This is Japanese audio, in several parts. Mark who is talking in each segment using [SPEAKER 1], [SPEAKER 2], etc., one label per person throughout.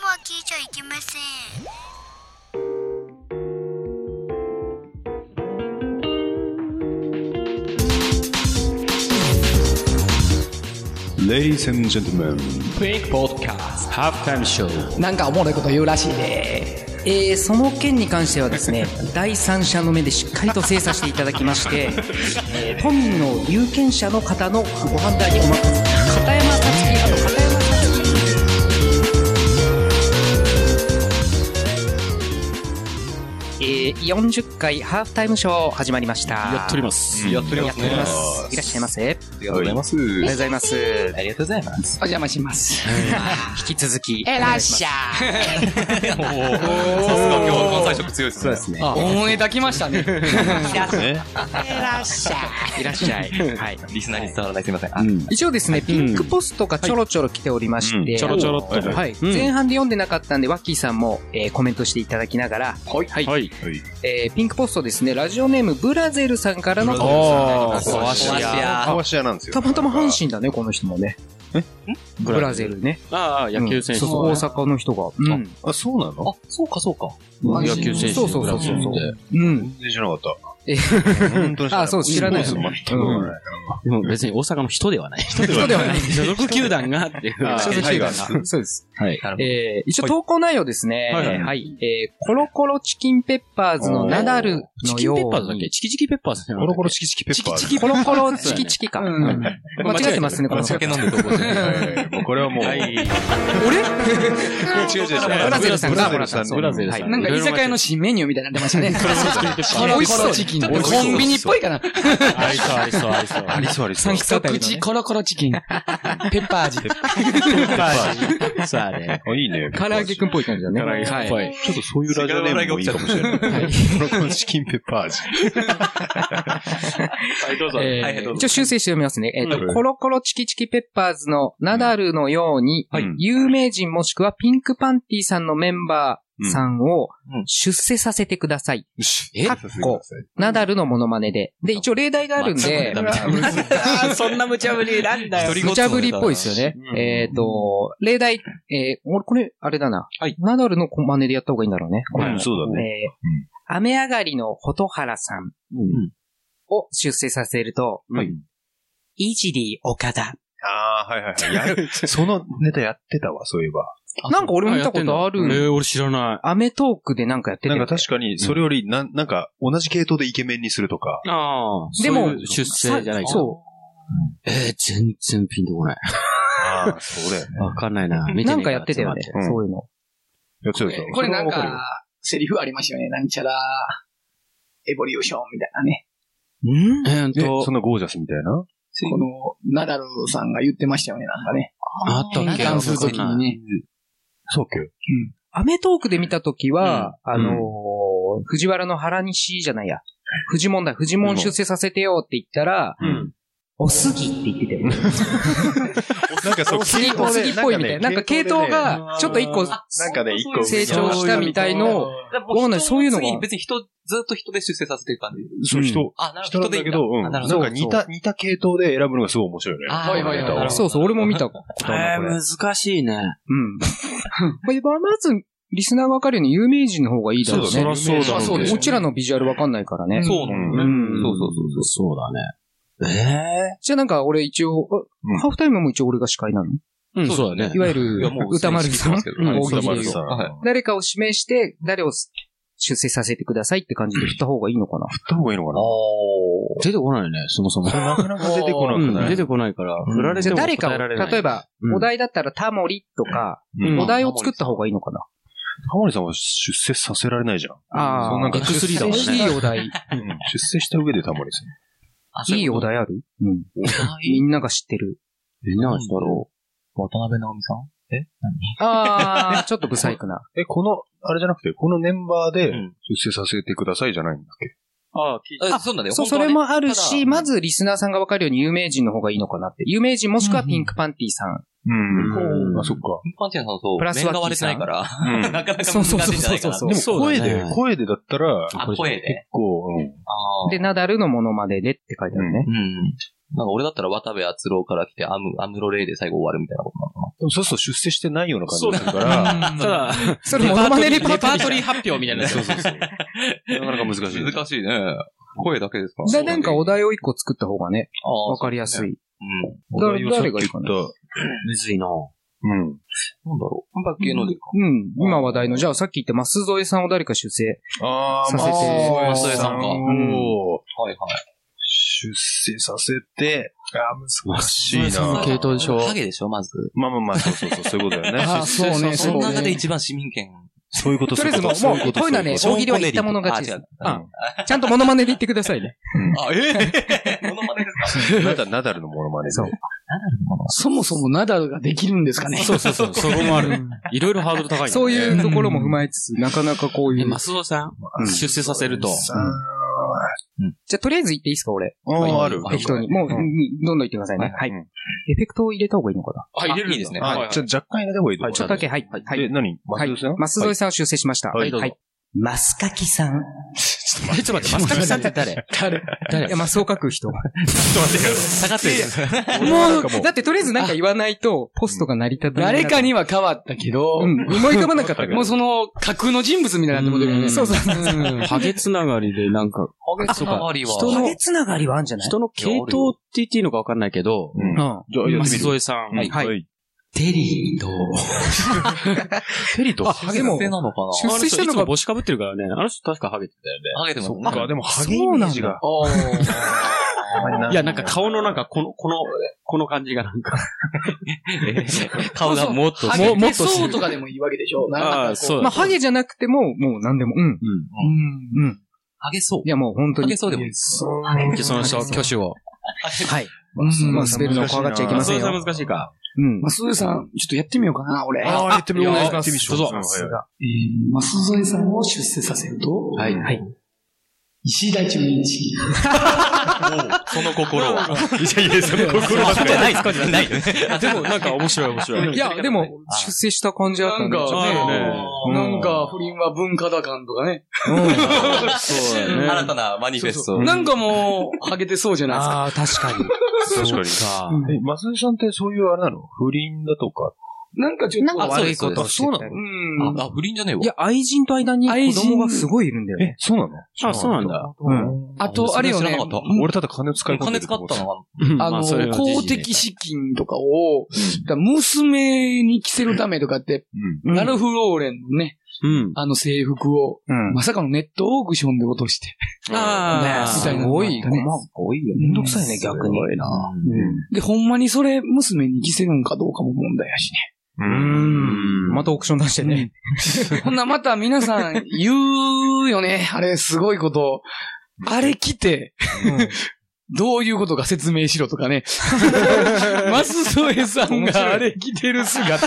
[SPEAKER 1] いけません
[SPEAKER 2] Ladies and gentlemen,
[SPEAKER 3] Quick Podcast Halftime Show
[SPEAKER 4] なんかおもろいこと言うらしいで、
[SPEAKER 5] えーその件に関してはですね第三者の目でしっかりと精査していただきまして、えー本人の有権者の方のご判断にお任せ片山さつきあと片山さつきえー、40回ハーフタイムショー始まりました。
[SPEAKER 3] やっております。
[SPEAKER 6] やっており
[SPEAKER 5] や
[SPEAKER 6] ま
[SPEAKER 5] っ
[SPEAKER 6] す
[SPEAKER 5] てお
[SPEAKER 6] ね。
[SPEAKER 5] ります。いらっしゃいませ。あり
[SPEAKER 6] ありがとうございます。
[SPEAKER 5] がとうございます。
[SPEAKER 6] ありがとうございま
[SPEAKER 4] お
[SPEAKER 6] す。
[SPEAKER 4] 邪魔します。
[SPEAKER 5] 引き続き。
[SPEAKER 4] えらっしゃ
[SPEAKER 6] おお。さすが今日の最初強いですね。そうですね。
[SPEAKER 4] ー。思い抱きました ね。
[SPEAKER 5] いらっしゃい。
[SPEAKER 2] ね、
[SPEAKER 5] いらっしゃい。 はい。
[SPEAKER 6] リスナーに伝わらないすみません。
[SPEAKER 2] うん、
[SPEAKER 5] 一応ですね、ピックポストがちょろちょろ来ておりまして、
[SPEAKER 2] うん
[SPEAKER 3] ちょろちょろっと。
[SPEAKER 5] はい、前半で読んでなかったんで、ワッキーさんも、えーコメントしていただきながら、はい。
[SPEAKER 3] はい。
[SPEAKER 5] えーピンクポストですね、ラジオネームブラゼルさんからのコメント
[SPEAKER 3] あ
[SPEAKER 5] コワシ
[SPEAKER 6] ア
[SPEAKER 2] カワシアなんですよ。
[SPEAKER 5] たまたま阪神だね、この人もね。えブラゼルね。
[SPEAKER 3] あ、ああ、野球選
[SPEAKER 5] う。
[SPEAKER 3] 手
[SPEAKER 5] んそう大阪の人が。うん。
[SPEAKER 2] あ、そうなの
[SPEAKER 6] そうかそうか。
[SPEAKER 3] 野球選手。
[SPEAKER 5] そうそうそう
[SPEAKER 3] ブラジ
[SPEAKER 5] そ
[SPEAKER 3] ル
[SPEAKER 5] う
[SPEAKER 3] で。
[SPEAKER 5] うん。
[SPEAKER 2] 全然知らなかっ
[SPEAKER 5] え
[SPEAKER 2] た。本当に
[SPEAKER 5] あそう知らない
[SPEAKER 2] スポーツ全くわからない。
[SPEAKER 3] でも別に大阪の人ではない。人
[SPEAKER 5] 人では ない。
[SPEAKER 3] 所属球団がっていう。
[SPEAKER 2] あ
[SPEAKER 5] 所
[SPEAKER 2] ー
[SPEAKER 5] 属
[SPEAKER 2] タ
[SPEAKER 5] 球
[SPEAKER 2] イガー
[SPEAKER 5] 団
[SPEAKER 2] ス
[SPEAKER 5] が。そうです。
[SPEAKER 3] はい。
[SPEAKER 5] えー一応投稿内容ですね。
[SPEAKER 3] は
[SPEAKER 5] はい
[SPEAKER 3] はい
[SPEAKER 5] い。えーコロコロチキンペッパーズのナダル
[SPEAKER 3] チ
[SPEAKER 5] の
[SPEAKER 3] キン
[SPEAKER 5] よう
[SPEAKER 3] ペ
[SPEAKER 5] に。
[SPEAKER 3] ッパーズだっけチキチキペッパーズ
[SPEAKER 2] コロコロチキチキペッパー。
[SPEAKER 5] コロコロチキチキか。うん間違えてますね、この
[SPEAKER 6] お酒飲んでどこで。
[SPEAKER 2] はいもうこれはもう、
[SPEAKER 5] 俺
[SPEAKER 2] 違う違う違う
[SPEAKER 5] ブラゼルさん
[SPEAKER 2] ブラゼルさん。
[SPEAKER 3] ブラゼルさん
[SPEAKER 2] はい
[SPEAKER 4] なんか居酒屋の新メニューみたいになってましたね。コロ
[SPEAKER 5] 美味し
[SPEAKER 4] コ
[SPEAKER 5] そ
[SPEAKER 4] ロ
[SPEAKER 5] う
[SPEAKER 4] チキン。
[SPEAKER 5] ち
[SPEAKER 4] コ
[SPEAKER 5] ょっとコンビニっぽいかな。
[SPEAKER 3] ありそう、ありそう、ありそう。
[SPEAKER 2] ありそうありそう。
[SPEAKER 4] 一口コロコロチキン。ペッパー味。
[SPEAKER 3] そうあれ。
[SPEAKER 2] あ、いいね。
[SPEAKER 5] 唐揚げくんっぽい感じだね。
[SPEAKER 2] 唐揚げくんっ
[SPEAKER 5] はい。
[SPEAKER 3] はい。
[SPEAKER 2] ちょっとそういうラジオネームもいいかもしれない。コロコロチキンペッパー味。
[SPEAKER 6] はい、どうぞ。
[SPEAKER 5] えー
[SPEAKER 6] はい、どう
[SPEAKER 5] 一
[SPEAKER 6] ぞ
[SPEAKER 5] 応。修正して読みますね。えっ、と、
[SPEAKER 2] うん
[SPEAKER 5] コロコロチキチキペッパーズのナダルのように、
[SPEAKER 2] はい
[SPEAKER 5] 有名人もしくはピンクパンティさんのメンバーさんを
[SPEAKER 6] うん
[SPEAKER 5] 出世させてください。
[SPEAKER 2] え
[SPEAKER 5] かっこ、ナダルのモノマネで。で、一応例題があるんで、
[SPEAKER 6] そんな無茶ぶりなんだ
[SPEAKER 5] 無茶ぶりっぽいですよね。
[SPEAKER 2] うん
[SPEAKER 5] えっ、と、例題、えー、俺これ、あれだな。
[SPEAKER 6] はい
[SPEAKER 5] ナダルのマネでやった方がいいんだろうね。
[SPEAKER 2] うん、そうだ
[SPEAKER 5] えー
[SPEAKER 2] ね。
[SPEAKER 5] 雨上がりの蛍原さん
[SPEAKER 2] うん
[SPEAKER 5] を出世させると、
[SPEAKER 2] はい
[SPEAKER 5] イジリー岡田。
[SPEAKER 2] ああ、はいはいはいやる。 そのネタやってたわ、そういえば。
[SPEAKER 5] なんか俺も見たことあ
[SPEAKER 3] え
[SPEAKER 5] る。
[SPEAKER 3] ー、俺知らない。
[SPEAKER 5] アメトークでなんかやって
[SPEAKER 2] な
[SPEAKER 5] て。
[SPEAKER 2] んか確かに、それより、なんなんか、同じ系統でイケメンにするとか。
[SPEAKER 3] ああ。
[SPEAKER 5] でも
[SPEAKER 3] そういう出世じゃないか。
[SPEAKER 5] そ
[SPEAKER 3] えー、全然ピンとこない。
[SPEAKER 2] あ あ、そうだよね。
[SPEAKER 3] わかんないな。
[SPEAKER 5] う。
[SPEAKER 3] 見てねえ
[SPEAKER 5] なんかやってたよね。
[SPEAKER 2] うん
[SPEAKER 5] そういうの。
[SPEAKER 2] やってたやつ
[SPEAKER 4] これなんか、セリフありましたよね。なんちゃら、エボリューションみたいなね。
[SPEAKER 3] うんえーっ
[SPEAKER 2] え、
[SPEAKER 3] と
[SPEAKER 2] そ、んなゴージャスみたいな
[SPEAKER 4] この、ナダルさんが言ってましたよね、なんかね。
[SPEAKER 3] あったっけ
[SPEAKER 4] ダンスの時にね。
[SPEAKER 2] そうっけ
[SPEAKER 5] アメトークで見たときは、あのー、藤原の原西じゃないや。藤門だ、藤門出世させてよって言ったら、
[SPEAKER 2] うん。
[SPEAKER 5] おすぎって言ってたよね。
[SPEAKER 2] なんかそう、
[SPEAKER 5] おすぎ、おすぎっぽいみたいな。なんか系統が、ちょっと一個
[SPEAKER 2] なんかね、一個
[SPEAKER 5] 成長したみたいのを、わかんないそういうのが
[SPEAKER 6] 別に人、ずっと人で出世させてる感じ。
[SPEAKER 2] そう、人、
[SPEAKER 6] あ、なる
[SPEAKER 2] 人
[SPEAKER 6] ほど。
[SPEAKER 2] なんだけど、うん。
[SPEAKER 6] な
[SPEAKER 2] な
[SPEAKER 6] る
[SPEAKER 2] ん
[SPEAKER 6] ほど
[SPEAKER 2] か似た、似た系統で選ぶのがすごい面白いよね。
[SPEAKER 6] あーはいはいはい
[SPEAKER 2] このネタ
[SPEAKER 5] そうそう、俺も見たことあるな、これ。
[SPEAKER 3] 難しいね。
[SPEAKER 5] うん。これまず、リスナーがわかるように有名人の方がいいだろうね。
[SPEAKER 2] そうだね
[SPEAKER 3] そりゃそうだろうね
[SPEAKER 2] そうでしょ
[SPEAKER 5] こちらのビジュアルわかんないからね。
[SPEAKER 6] そうな
[SPEAKER 2] うん
[SPEAKER 5] ん
[SPEAKER 3] そうそうそう。そうだね。
[SPEAKER 5] じゃあなんか俺一応、
[SPEAKER 2] うん
[SPEAKER 5] あハーフタイムも一応俺が司会なの。
[SPEAKER 3] えうん、
[SPEAKER 6] そ
[SPEAKER 3] そう
[SPEAKER 6] だ
[SPEAKER 3] うだ
[SPEAKER 6] ね
[SPEAKER 3] ね
[SPEAKER 5] い。わゆ
[SPEAKER 6] い
[SPEAKER 5] る
[SPEAKER 6] やも、う
[SPEAKER 5] 歌丸さん
[SPEAKER 6] 知ってますけど
[SPEAKER 5] 大喜
[SPEAKER 2] 歌
[SPEAKER 5] 利で
[SPEAKER 2] 丸
[SPEAKER 5] いう
[SPEAKER 2] さん。
[SPEAKER 6] はい
[SPEAKER 2] 振っ
[SPEAKER 5] 誰かを指名して、誰を出世させてくださいって感じで振った方がいいのかな。
[SPEAKER 2] た方がいいのかな
[SPEAKER 3] 出てこないね、そもそも。
[SPEAKER 2] なかなか出てこな
[SPEAKER 3] う、
[SPEAKER 2] くなんい。
[SPEAKER 3] 出てこないから。振られ
[SPEAKER 5] じゃ
[SPEAKER 3] て
[SPEAKER 5] あ
[SPEAKER 3] も答
[SPEAKER 5] 誰
[SPEAKER 3] え
[SPEAKER 5] かを、
[SPEAKER 3] られない。
[SPEAKER 5] 例えば、
[SPEAKER 3] うん
[SPEAKER 5] お題だったらタモリとか、
[SPEAKER 2] うん
[SPEAKER 3] うん
[SPEAKER 5] お題を作った方がいいのかな。
[SPEAKER 2] タモリさんは出世させられないじゃん。
[SPEAKER 5] ああ、
[SPEAKER 2] そうなんか
[SPEAKER 3] X3 だもんね
[SPEAKER 5] 出世いいお題。
[SPEAKER 2] うん出世した上でタモリさん。
[SPEAKER 5] いいお。題あるうん。みんなが知ってる。
[SPEAKER 3] みんなはしたろ
[SPEAKER 6] 渡辺直美さん
[SPEAKER 5] ああ、 ちょっとブサイクな。
[SPEAKER 2] え、この、あれじゃなくて、このメンバーで
[SPEAKER 6] ん
[SPEAKER 2] 出世させてくださいじゃないんだっけ
[SPEAKER 6] ああ、そうなんだよ。
[SPEAKER 5] そう、それもある
[SPEAKER 6] ただ
[SPEAKER 5] し、まずリスナーさんがわかるように有名人の方がいいのかなって。有名人もしくはピンクパンティさん。
[SPEAKER 2] う
[SPEAKER 3] うん
[SPEAKER 2] あ、そっか。
[SPEAKER 6] ピンクパンチェンさんと、
[SPEAKER 5] プラス
[SPEAKER 6] 面
[SPEAKER 5] ワ
[SPEAKER 6] が
[SPEAKER 5] ッキー
[SPEAKER 6] 割れて
[SPEAKER 5] さ
[SPEAKER 6] なんいから、
[SPEAKER 2] うん
[SPEAKER 6] なかなか難しいんじゃないかな。
[SPEAKER 5] そうそうそうそう
[SPEAKER 2] でも
[SPEAKER 3] そう
[SPEAKER 2] 声
[SPEAKER 3] だね
[SPEAKER 2] で、声でだったら、
[SPEAKER 6] あ、声で。
[SPEAKER 2] 結構、うん。
[SPEAKER 6] ああ。
[SPEAKER 5] で、ナダルのモノマネでって書いてあるね。
[SPEAKER 6] うん。なんか俺だったら渡部篤郎から来て、アム、アムロレイで最後終わるみたいなことなのかな。
[SPEAKER 2] もそうすると出世してないような感じ
[SPEAKER 6] そう
[SPEAKER 2] がする から、
[SPEAKER 6] た
[SPEAKER 3] ただ、
[SPEAKER 5] それモノマネレパー
[SPEAKER 6] レ
[SPEAKER 5] ト
[SPEAKER 6] パ
[SPEAKER 5] リー
[SPEAKER 6] ー
[SPEAKER 5] じゃ
[SPEAKER 6] ト
[SPEAKER 5] ん
[SPEAKER 6] リー発表みたいな。
[SPEAKER 2] そうそうそう。なかなか難しい。
[SPEAKER 6] 難しいね。声だけですか
[SPEAKER 5] だなんかお題を一個作った方がね、
[SPEAKER 6] ああ
[SPEAKER 5] わかりやすい。
[SPEAKER 2] うん。
[SPEAKER 5] だ誰がいいかな
[SPEAKER 2] な
[SPEAKER 3] むずいな
[SPEAKER 2] うん。
[SPEAKER 3] なんだろ
[SPEAKER 6] パッケーのでか。
[SPEAKER 5] うん。今話題の、じゃあさっき言った舛添さんを誰か出世。
[SPEAKER 2] ああ、
[SPEAKER 5] させて
[SPEAKER 2] まあ
[SPEAKER 6] そういうさんか
[SPEAKER 5] うん
[SPEAKER 2] を
[SPEAKER 6] はいはい。
[SPEAKER 2] 出世させて、ああ、難し
[SPEAKER 3] う。
[SPEAKER 2] いな。
[SPEAKER 3] 系統でしょ
[SPEAKER 6] ハゲでしょ、まず。
[SPEAKER 2] まあまあまあ、そうそうそう、そういうことだよね。
[SPEAKER 5] あそうね
[SPEAKER 6] その
[SPEAKER 5] そうね
[SPEAKER 6] 中で一番市民権。
[SPEAKER 2] そういうこと、
[SPEAKER 5] と
[SPEAKER 2] そう
[SPEAKER 5] り
[SPEAKER 2] い
[SPEAKER 5] あ
[SPEAKER 2] う
[SPEAKER 5] え
[SPEAKER 2] こ
[SPEAKER 5] ずも
[SPEAKER 2] と、そういう
[SPEAKER 5] う、もう、
[SPEAKER 2] こと。
[SPEAKER 5] こういうのはね、
[SPEAKER 6] そう
[SPEAKER 5] 大
[SPEAKER 6] い
[SPEAKER 5] 喜
[SPEAKER 6] うこと
[SPEAKER 5] 利は言ったもの勝ちです。
[SPEAKER 6] あ違う
[SPEAKER 5] うんちゃんとモノマネで言ってくださいね。
[SPEAKER 6] あ、ええ モノマネですか
[SPEAKER 2] ナダナダルのモノマネ
[SPEAKER 5] そう
[SPEAKER 4] そもそもナダルができるんですかね。
[SPEAKER 3] そうそうそう、そこもある。いろいろハードル高いんだね。
[SPEAKER 5] そういうところも踏まえつつ、なかなかこうい
[SPEAKER 3] え、
[SPEAKER 5] う。
[SPEAKER 3] マスオさん出世させると。
[SPEAKER 5] じゃあとりあえず言っていいですか、俺。
[SPEAKER 2] ああ、ある。
[SPEAKER 3] はい
[SPEAKER 5] 適当に。もう、うんどんどん言ってくださいね。はい。
[SPEAKER 2] うん
[SPEAKER 5] エフェクトを入れた方がいいのかな
[SPEAKER 6] あ、入れるいいですね。
[SPEAKER 2] あ、じゃあ若干入れた方がいいと思う
[SPEAKER 5] ちょっとだけ、はい。はい。
[SPEAKER 2] え、何マ
[SPEAKER 5] はい
[SPEAKER 2] スさん。
[SPEAKER 5] 舛添さんを修正しました。
[SPEAKER 2] はいどうぞ。
[SPEAKER 5] マスカキさん。
[SPEAKER 3] え、ちょっと待って、マスカキさんって誰
[SPEAKER 5] 誰
[SPEAKER 3] 誰
[SPEAKER 5] いや、マスを書く人。も
[SPEAKER 3] 下がってる。
[SPEAKER 5] う、だってとりあえずなんか言わないと、ポストが成り立たない。
[SPEAKER 4] 誰か
[SPEAKER 5] に、
[SPEAKER 4] には変わったけど、
[SPEAKER 5] うん、思い浮かばなかったけど
[SPEAKER 4] もうその、架空の人物みたいになってもてるよね。
[SPEAKER 5] そうそうそう。
[SPEAKER 3] ハゲつながりでなんか、そうか
[SPEAKER 6] り
[SPEAKER 3] 人の
[SPEAKER 5] つながりはあるんじゃ
[SPEAKER 3] 人の系統って言っていいのかわかんないけど、
[SPEAKER 2] うん
[SPEAKER 5] う
[SPEAKER 2] じゃあ
[SPEAKER 5] ん。
[SPEAKER 2] やってみる。
[SPEAKER 3] 舛添さん。
[SPEAKER 5] はい
[SPEAKER 2] はい。
[SPEAKER 3] テリーと、
[SPEAKER 2] テリとハゲも。
[SPEAKER 6] なのかな
[SPEAKER 5] 出世した
[SPEAKER 3] い
[SPEAKER 5] の
[SPEAKER 3] つも
[SPEAKER 5] が、
[SPEAKER 3] 帽子かぶってるからね。あの人確かハゲてたよね。
[SPEAKER 6] ハゲてます
[SPEAKER 2] そっか、でもハゲイ
[SPEAKER 5] そう
[SPEAKER 2] メ
[SPEAKER 5] なんだ
[SPEAKER 2] ージが。
[SPEAKER 3] いや、なんか顔のなんか、この、この、この感じがなんか。顔がもっと
[SPEAKER 4] ハゲてそうとかでもいいわけでしょ。なんかこ
[SPEAKER 3] ああ、そう。
[SPEAKER 5] まあ、ハゲじゃなくても、もう何でも、うん。
[SPEAKER 3] う
[SPEAKER 5] うん。うん。
[SPEAKER 6] ハゲそう
[SPEAKER 5] い。や、もう本当に。
[SPEAKER 6] ハゲそうでもいい
[SPEAKER 5] そう。
[SPEAKER 3] ん。その人、挙手を。
[SPEAKER 5] はい。うんまあ、滑るの怖がっちゃいけま
[SPEAKER 3] マ
[SPEAKER 5] せ
[SPEAKER 3] ス
[SPEAKER 5] ん
[SPEAKER 3] オさん
[SPEAKER 5] よ。
[SPEAKER 3] 難しいか。
[SPEAKER 5] うん。
[SPEAKER 4] マス添さん、ちょっとやってみようかな、俺。
[SPEAKER 2] ああ、やってみよう。
[SPEAKER 3] あ
[SPEAKER 2] や
[SPEAKER 3] いや
[SPEAKER 2] ってみましょう。
[SPEAKER 3] どうぞ
[SPEAKER 2] んはいはい
[SPEAKER 4] えー、マス添さんを出世させると、
[SPEAKER 3] はい
[SPEAKER 5] はい。
[SPEAKER 4] 石井大中日。
[SPEAKER 6] その心は。
[SPEAKER 2] いやいや、その 心は。
[SPEAKER 6] じゃないですじゃないよね。
[SPEAKER 3] でも、なんか面白い面白
[SPEAKER 5] いや、でも、出世した感じあった
[SPEAKER 4] なん
[SPEAKER 5] んだ
[SPEAKER 4] か、
[SPEAKER 5] よ
[SPEAKER 3] あ
[SPEAKER 5] ね。
[SPEAKER 3] る
[SPEAKER 4] ね
[SPEAKER 3] ね
[SPEAKER 4] なんか、不倫は文化だ感とかね。
[SPEAKER 3] そうだよ
[SPEAKER 6] 新
[SPEAKER 3] ね。
[SPEAKER 6] たなマニフェスト。
[SPEAKER 4] なんかもう、ハゲてそうじゃないですか。
[SPEAKER 5] ああ、確かに。
[SPEAKER 2] 確かに。
[SPEAKER 3] か
[SPEAKER 5] うん
[SPEAKER 2] え、マスさんってそういうあれなの不倫だとか。
[SPEAKER 4] なんかちょっと、
[SPEAKER 6] か悪いこと
[SPEAKER 5] をしてたり
[SPEAKER 2] あそうな
[SPEAKER 4] うん。
[SPEAKER 6] あ、不倫じゃねえわ。
[SPEAKER 5] いや、愛人と間に子供がすごいいるんだよね。
[SPEAKER 2] そうなの
[SPEAKER 3] あ、そうなん。だ。
[SPEAKER 5] うん。
[SPEAKER 4] あと、あれよね
[SPEAKER 6] 知らな、かった
[SPEAKER 2] 俺ただ金使い込んで
[SPEAKER 6] 金
[SPEAKER 2] る
[SPEAKER 6] 使
[SPEAKER 2] と
[SPEAKER 6] っ
[SPEAKER 2] 思う
[SPEAKER 6] たのは、
[SPEAKER 4] あの、公的資金とかを、だから娘に着せるためとかって、
[SPEAKER 2] うん。
[SPEAKER 5] うん
[SPEAKER 4] ラルフ・ローレンのね、
[SPEAKER 3] うん。
[SPEAKER 4] あの制服を、
[SPEAKER 5] うん。
[SPEAKER 4] まさかのネットオークションで落として。
[SPEAKER 3] あ
[SPEAKER 4] み
[SPEAKER 5] す
[SPEAKER 4] たいな
[SPEAKER 5] ごい、
[SPEAKER 4] ね
[SPEAKER 5] 多いよ。めんどくさいね、逆に。
[SPEAKER 4] で、ほんまにそれ、娘に着せるんかどうかも問題やし
[SPEAKER 2] う。
[SPEAKER 5] うんん。またオークション出してね。
[SPEAKER 4] ね。 ほんな、また皆さん言うよね。あれ、すごいこと。あれ着て、どういうことか説明しろとか ね。マスソエさんがあれ着てる姿。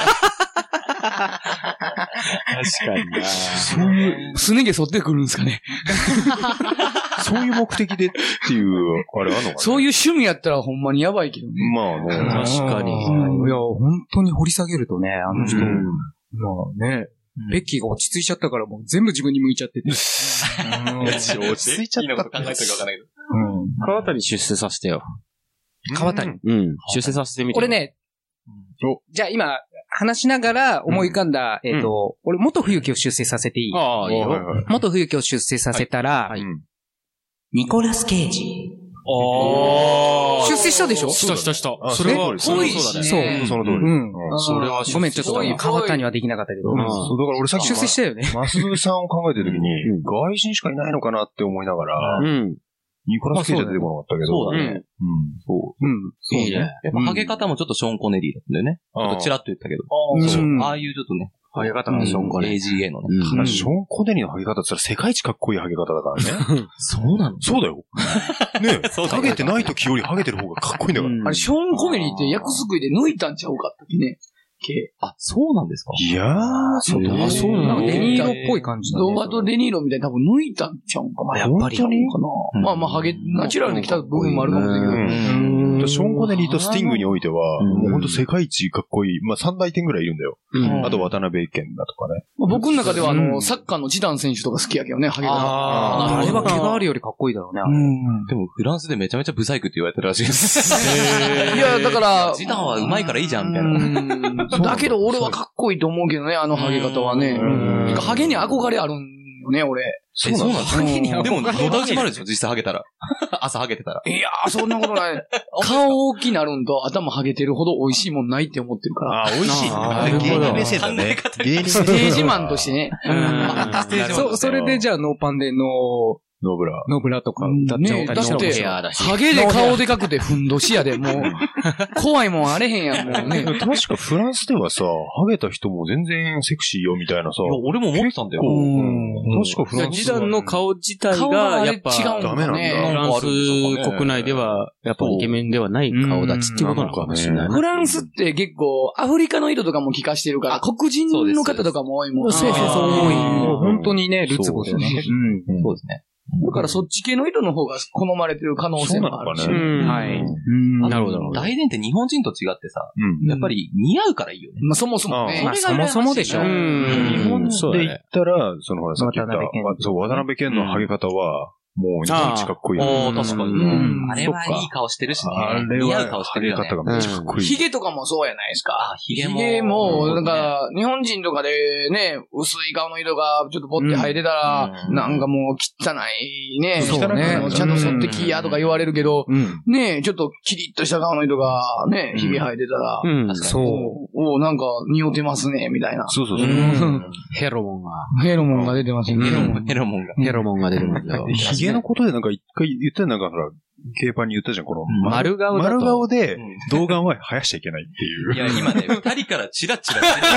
[SPEAKER 3] 確かにな。
[SPEAKER 2] そういう、
[SPEAKER 4] すね毛剃ってくるんですかね。
[SPEAKER 2] そういう目的でっていう、あれあんのかな
[SPEAKER 4] そういう趣味やったらほんまにやばいけどね。
[SPEAKER 2] まあね。
[SPEAKER 3] 確かに
[SPEAKER 5] うんいや、本当に掘り下げるとね、あの人。
[SPEAKER 2] う
[SPEAKER 5] ま
[SPEAKER 2] ん
[SPEAKER 5] あね、ベッキーが落ち着いちゃったからもう全部自分に向いち ゃってて。
[SPEAKER 6] 落ち着いちゃった。考えてるかわかんないけど。
[SPEAKER 3] 川谷出世させてよ。
[SPEAKER 5] 川谷。
[SPEAKER 3] うん。出世させてみて。
[SPEAKER 5] 俺。ね
[SPEAKER 2] うんお、
[SPEAKER 5] じゃあ今、話しながら思い浮かんだ、えっと、俺、元冬樹を出世させていい
[SPEAKER 3] ああ、いいよ。
[SPEAKER 5] 元冬樹を出世させたら、
[SPEAKER 2] うん
[SPEAKER 5] ニコラス・ケイジ。
[SPEAKER 3] あ
[SPEAKER 5] 出世したでしょ
[SPEAKER 3] したしたした
[SPEAKER 2] あ。
[SPEAKER 3] それ
[SPEAKER 2] そう
[SPEAKER 3] は、
[SPEAKER 2] だ
[SPEAKER 3] それは
[SPEAKER 4] そう
[SPEAKER 3] そ
[SPEAKER 4] だ
[SPEAKER 3] うだね。
[SPEAKER 4] ね
[SPEAKER 5] そう
[SPEAKER 2] うんその通り。
[SPEAKER 5] うん
[SPEAKER 2] うん
[SPEAKER 4] それは
[SPEAKER 5] ごめん、ちょっと
[SPEAKER 4] すごい
[SPEAKER 5] 川谷はできなかったけど。
[SPEAKER 3] うん
[SPEAKER 2] そうだから俺さっき
[SPEAKER 5] 出世したよね。
[SPEAKER 2] マスドさんを考えてるときに、
[SPEAKER 3] うん
[SPEAKER 2] 外人しかいないのかなって思いながら、
[SPEAKER 3] うん。
[SPEAKER 2] ニコラス・ケイジは出てこなかったけど。
[SPEAKER 6] そうだね。
[SPEAKER 2] うん。そ
[SPEAKER 5] うん。
[SPEAKER 6] いいね。やっぱハゲ方もちょっとショーン・コネリーだったんだよね。
[SPEAKER 2] う。
[SPEAKER 6] あ
[SPEAKER 2] あ
[SPEAKER 6] と
[SPEAKER 2] と
[SPEAKER 6] チ
[SPEAKER 2] ちら
[SPEAKER 6] ラッと言ったけど。
[SPEAKER 5] うん
[SPEAKER 6] そう
[SPEAKER 5] うん
[SPEAKER 6] ああいうちょっとね。
[SPEAKER 3] ハゲ方
[SPEAKER 6] うん
[SPEAKER 3] のショーンコネ
[SPEAKER 6] AGA のね。
[SPEAKER 3] うん
[SPEAKER 2] ただ、ショーン・コネリーのハゲ方って言ったら世界一かっこいいハゲ方だからね。
[SPEAKER 6] そうなの
[SPEAKER 2] そうだよ。ねえ、
[SPEAKER 6] そうだ
[SPEAKER 2] ハ
[SPEAKER 6] よ
[SPEAKER 2] ゲてない時よりハゲてる方がかっこいいんだから。
[SPEAKER 4] あれ、ショーン・コネリーって役作りで抜いたんちゃうかったっけね。け
[SPEAKER 6] あ、そうなんですか
[SPEAKER 2] いやー、そうだ
[SPEAKER 3] えー
[SPEAKER 2] あ、そうな
[SPEAKER 5] なん
[SPEAKER 2] の
[SPEAKER 5] かデニーロっぽい感じだね。
[SPEAKER 4] 動画とデニーロみたいに多分抜いたんちゃうんかな。
[SPEAKER 2] やっぱり
[SPEAKER 4] ちゃうんかな。
[SPEAKER 6] うん
[SPEAKER 4] まあまあ、ハゲ、ナチュラルに来た部分もあるかもしれないけど。
[SPEAKER 2] うん
[SPEAKER 5] うん
[SPEAKER 2] ショーン・コネリーとスティングにおいては、
[SPEAKER 3] うん
[SPEAKER 2] もうほんと世界一かっこいい。まあ、三大点ぐらいいるんだよ。
[SPEAKER 3] うん
[SPEAKER 2] あと、渡辺健だとかね。
[SPEAKER 4] まあ僕の中では、あ
[SPEAKER 5] う
[SPEAKER 4] の、
[SPEAKER 5] ん
[SPEAKER 4] サッカーのジダン選手とか好きやけどね、ハゲが。
[SPEAKER 3] あ
[SPEAKER 5] あ
[SPEAKER 3] あ
[SPEAKER 5] れ
[SPEAKER 3] れ
[SPEAKER 5] は
[SPEAKER 3] は
[SPEAKER 5] 毛があるよりかっこいいだろうね。
[SPEAKER 4] うん。
[SPEAKER 6] でも、フランスでめちゃめちゃブサイクって言われてるらしいです。
[SPEAKER 4] いや、だから、
[SPEAKER 6] ジダンはうまいからいいじゃん、みたいな。
[SPEAKER 4] うん
[SPEAKER 2] そう
[SPEAKER 4] だけど俺はかっこいいと思うけどね、あのハゲ方はね。
[SPEAKER 2] うん
[SPEAKER 4] てかハゲに憧れあるんよね、俺。
[SPEAKER 6] そうなんです
[SPEAKER 4] ハゲに
[SPEAKER 6] でも、野
[SPEAKER 4] れ
[SPEAKER 6] 田締まるでしょ実際ハゲたら。 朝ハゲてたら。
[SPEAKER 4] いやー、そんなことない。顔大きなるんと頭ハゲてるほど美味しいもんないって思ってるから。
[SPEAKER 2] ああ、美味しい。
[SPEAKER 3] な
[SPEAKER 2] あ
[SPEAKER 3] るほど
[SPEAKER 2] 芸人目線だね。芸人
[SPEAKER 4] ステージマンとしてね。
[SPEAKER 3] うん
[SPEAKER 6] ステージマン
[SPEAKER 1] そ、それでじゃあノーパンでノー、
[SPEAKER 2] ノブラ。
[SPEAKER 1] ノブラとか歌っちゃおう
[SPEAKER 4] ね
[SPEAKER 1] か
[SPEAKER 4] だ
[SPEAKER 1] な
[SPEAKER 4] っ
[SPEAKER 1] ノーブラ
[SPEAKER 4] て、ハゲで顔でかくてふんどしやで、もう。怖いもんあれへんやん、もうね。
[SPEAKER 2] 確かフランスではさ、ハゲた人も全然セクシーよみたいなさ。
[SPEAKER 3] 俺も思ってたんだよ。
[SPEAKER 2] うん確かフ
[SPEAKER 1] じゃ
[SPEAKER 2] ラ
[SPEAKER 1] あ
[SPEAKER 2] ン
[SPEAKER 1] ジ
[SPEAKER 2] ス
[SPEAKER 1] ダ
[SPEAKER 2] は。
[SPEAKER 1] ンの顔自体
[SPEAKER 4] 顔が
[SPEAKER 1] が、
[SPEAKER 4] あれ
[SPEAKER 1] やっ
[SPEAKER 4] 違うん
[SPEAKER 1] ぱ、
[SPEAKER 4] だ
[SPEAKER 2] ダメなん
[SPEAKER 4] ね。
[SPEAKER 3] フ
[SPEAKER 2] だ。
[SPEAKER 3] ランス国内では、やっぱイケメンではない顔立ちっていうことなのかもしれない。
[SPEAKER 4] フランスって結構、アフリカの人とかも聞かしてるから、黒人の方とかも多いもん。
[SPEAKER 1] そうそうそう、
[SPEAKER 4] あー
[SPEAKER 1] 多い。もう本当にね、
[SPEAKER 2] そう
[SPEAKER 1] ルツボでね。うん。そうですね。
[SPEAKER 4] だからそっち系の人の方が好まれてる可能性もあるし。
[SPEAKER 2] そうなのかね
[SPEAKER 3] うん
[SPEAKER 1] はい。
[SPEAKER 3] なるほど。
[SPEAKER 6] 大前って日本人と違ってさ、
[SPEAKER 2] うん。
[SPEAKER 6] やっぱり似合うからいいよね。
[SPEAKER 4] まあそもそもね。
[SPEAKER 1] まあそもそもでしょ。
[SPEAKER 4] う
[SPEAKER 3] うん
[SPEAKER 2] 日本
[SPEAKER 1] そうだ
[SPEAKER 2] で
[SPEAKER 1] ね
[SPEAKER 2] 言ったら、そのほら、さっき言った、
[SPEAKER 1] 渡辺謙
[SPEAKER 2] わそう、渡辺謙のハゲ方は、もう日本一かっこいいよね。
[SPEAKER 3] あー確かに
[SPEAKER 4] うん
[SPEAKER 6] あれはいい顔してるしね
[SPEAKER 2] あ。れ
[SPEAKER 6] 似合う
[SPEAKER 2] は、
[SPEAKER 6] 顔し
[SPEAKER 2] ハ
[SPEAKER 6] てる
[SPEAKER 2] ゲ
[SPEAKER 6] よね
[SPEAKER 2] 方。がめっちゃかっこいい。
[SPEAKER 4] ヒゲとかもそうやないですか。
[SPEAKER 6] あ、ヒ
[SPEAKER 4] ヒ
[SPEAKER 6] ゲも。
[SPEAKER 4] ゲも、なんか、日本人とかでね、薄い顔の色がちょっとぼって生えてたら、
[SPEAKER 6] うん
[SPEAKER 4] なんかもう汚いね。
[SPEAKER 2] そうね
[SPEAKER 4] あのちゃんと剃ってきやとか言われるけど、
[SPEAKER 1] うん。
[SPEAKER 4] ねちょっとキリッとした顔の人がね、
[SPEAKER 2] うん
[SPEAKER 4] ヒゲ生えてたら、
[SPEAKER 3] うん。
[SPEAKER 1] そ
[SPEAKER 4] おおなんか匂ってますね、みたいな。
[SPEAKER 2] そうそう
[SPEAKER 1] う。
[SPEAKER 2] そうう。
[SPEAKER 1] ん。
[SPEAKER 3] ヘロモンが。
[SPEAKER 4] ヘロモンが出てます
[SPEAKER 3] うん
[SPEAKER 4] ね。
[SPEAKER 6] ヘ
[SPEAKER 4] ヘ
[SPEAKER 6] ロ
[SPEAKER 4] ロ
[SPEAKER 6] モ
[SPEAKER 4] モ
[SPEAKER 6] ン
[SPEAKER 4] ン。
[SPEAKER 6] ヘロモンが。
[SPEAKER 3] ヘロモンが出てますよ。
[SPEAKER 2] ヒゲのことでなんか一回言ってなんかほら、ケーパーに言ったじゃん、この。
[SPEAKER 3] 丸顔だと。
[SPEAKER 2] 丸顔で
[SPEAKER 6] う、ん
[SPEAKER 2] 動眼は生やしちゃいけないっていう。
[SPEAKER 6] いや、今ね、二人からチラチラチラチラ。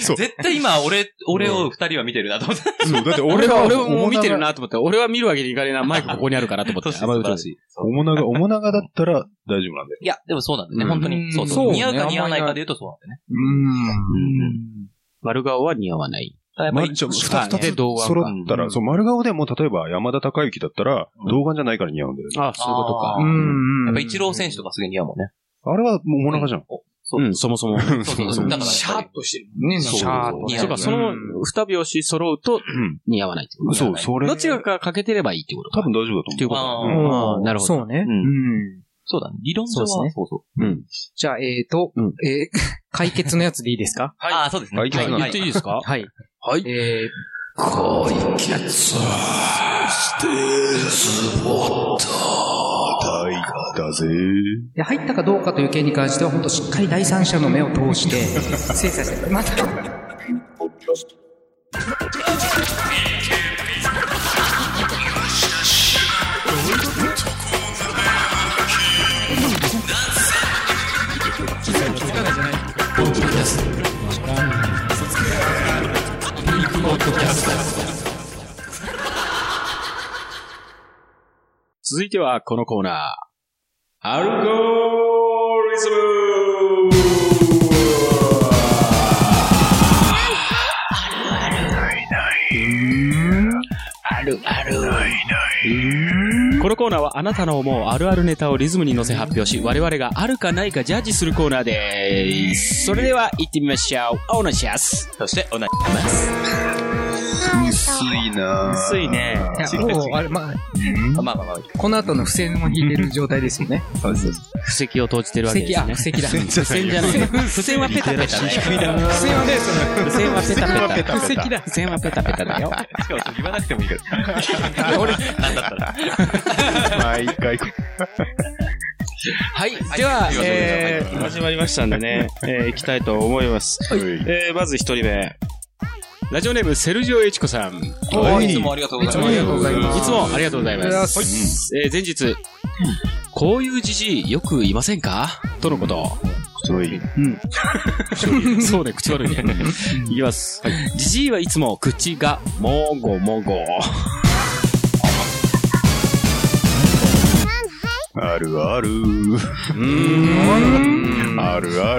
[SPEAKER 2] そう
[SPEAKER 6] 絶対今、俺、俺を二人は見てるなと思って。
[SPEAKER 2] そう、だって
[SPEAKER 3] 俺
[SPEAKER 2] 俺
[SPEAKER 3] は、
[SPEAKER 2] は、
[SPEAKER 3] 俺はもう見てるなと思って、俺は見るわけにいかねえな、マイクここにあるからと 思って。
[SPEAKER 6] 素晴らしい。
[SPEAKER 2] おもなが、おもながだったら大丈夫なんだよ。
[SPEAKER 6] いや、でもそうなんだよね、
[SPEAKER 2] うん
[SPEAKER 6] 本当に。そう
[SPEAKER 1] そ
[SPEAKER 6] そうう。
[SPEAKER 1] ね
[SPEAKER 6] 似合うか似合わないかで言うとそうなんだよね。
[SPEAKER 3] 丸顔は似合わない。
[SPEAKER 6] やっぱ
[SPEAKER 2] ま
[SPEAKER 6] り、
[SPEAKER 2] じゃあ
[SPEAKER 6] そう
[SPEAKER 3] はい
[SPEAKER 2] 二つ、
[SPEAKER 3] で
[SPEAKER 2] 二つ
[SPEAKER 3] 動画か
[SPEAKER 2] 揃った
[SPEAKER 1] うん
[SPEAKER 2] ら、そう、丸顔でも、例えば山田孝之だったら、動画じゃないから似合うんだよね。
[SPEAKER 3] ああ、そういうことか。
[SPEAKER 1] う
[SPEAKER 6] あー
[SPEAKER 1] ん。
[SPEAKER 6] やっぱ一郎選手とかすげえ似合うもんね。
[SPEAKER 2] あれはもうおもながじゃん。
[SPEAKER 6] そう
[SPEAKER 3] うん、そもそも。
[SPEAKER 6] そうそう
[SPEAKER 2] そ
[SPEAKER 6] そうう。だから、
[SPEAKER 4] シャー
[SPEAKER 6] やっ
[SPEAKER 4] ッとしてるもんね。
[SPEAKER 2] そう
[SPEAKER 4] シャーッと
[SPEAKER 6] いや
[SPEAKER 3] そうか、その二拍子揃うと
[SPEAKER 2] ん
[SPEAKER 3] 似合わないってこと
[SPEAKER 2] そう、それ。
[SPEAKER 3] どっちがか欠けてればいいってこと
[SPEAKER 2] 多
[SPEAKER 3] か。
[SPEAKER 2] 分大丈夫だと
[SPEAKER 3] っていうこと
[SPEAKER 6] あー
[SPEAKER 3] だねうんなるほど。
[SPEAKER 1] そうね。
[SPEAKER 6] う
[SPEAKER 1] うんん。
[SPEAKER 6] そうだね。理論上は。
[SPEAKER 1] そうですね
[SPEAKER 6] そうそう。
[SPEAKER 3] うん。
[SPEAKER 1] じゃあ、えーと
[SPEAKER 3] うん、
[SPEAKER 1] えー解決のやつでいいですか
[SPEAKER 6] ああ、そうですね。
[SPEAKER 2] はい
[SPEAKER 6] はい
[SPEAKER 2] はい
[SPEAKER 3] 言っていいですか
[SPEAKER 1] はい。
[SPEAKER 3] はい。
[SPEAKER 1] えー
[SPEAKER 2] 思う。大だぜ。
[SPEAKER 5] で入ったかどうかという件に関しては、本当しっかり第三者の目を通して、精査して、また。
[SPEAKER 3] 続いてはこのコーナー。アルゴリズムこのコーナーはあなたの思うあるあるネタをリズムに乗せ発表し、我々があるかないかジャッジするコーナーです。それでは行ってみましょう。お願いします。
[SPEAKER 6] そして、同じ。
[SPEAKER 2] 薄いな
[SPEAKER 3] ついね。
[SPEAKER 1] いや、もう、あれ、まあ、
[SPEAKER 6] まあまあまあ。
[SPEAKER 1] この後の付箋も引いてる状態ですよね。
[SPEAKER 2] そうです。
[SPEAKER 3] 布石を投じてるわ
[SPEAKER 1] 布
[SPEAKER 3] けで
[SPEAKER 1] 石、
[SPEAKER 3] す
[SPEAKER 1] あ、
[SPEAKER 3] ね
[SPEAKER 1] 布。石だ。
[SPEAKER 3] 布石じゃない。付箋はペタ ペタだよ。付箋はね、その、付箋はペタペタ。
[SPEAKER 1] 布石だ。
[SPEAKER 3] 付箋はペタペタだよ。
[SPEAKER 6] しかも、言わなくてもいいから。なんだったら。
[SPEAKER 2] 毎回、
[SPEAKER 3] はい。では、
[SPEAKER 6] い
[SPEAKER 3] えー、始まりましたんで ね、えー、行きたいと思います。えー、まず一人目。ラジオネーム、セルジオエチコさん。い
[SPEAKER 2] は
[SPEAKER 6] つもありがとうござい
[SPEAKER 1] あ
[SPEAKER 6] ます
[SPEAKER 1] りがとうございます。
[SPEAKER 3] つもありがとうござい
[SPEAKER 1] ありがとうござい
[SPEAKER 3] ま。
[SPEAKER 1] ますす
[SPEAKER 3] はいえー、前日、こういうじじいよくいませんかとのこと。
[SPEAKER 2] 太い。
[SPEAKER 3] そうね、口 悪いね。いきます。じじいはいつも口がもごもご。
[SPEAKER 2] あるある。あるあ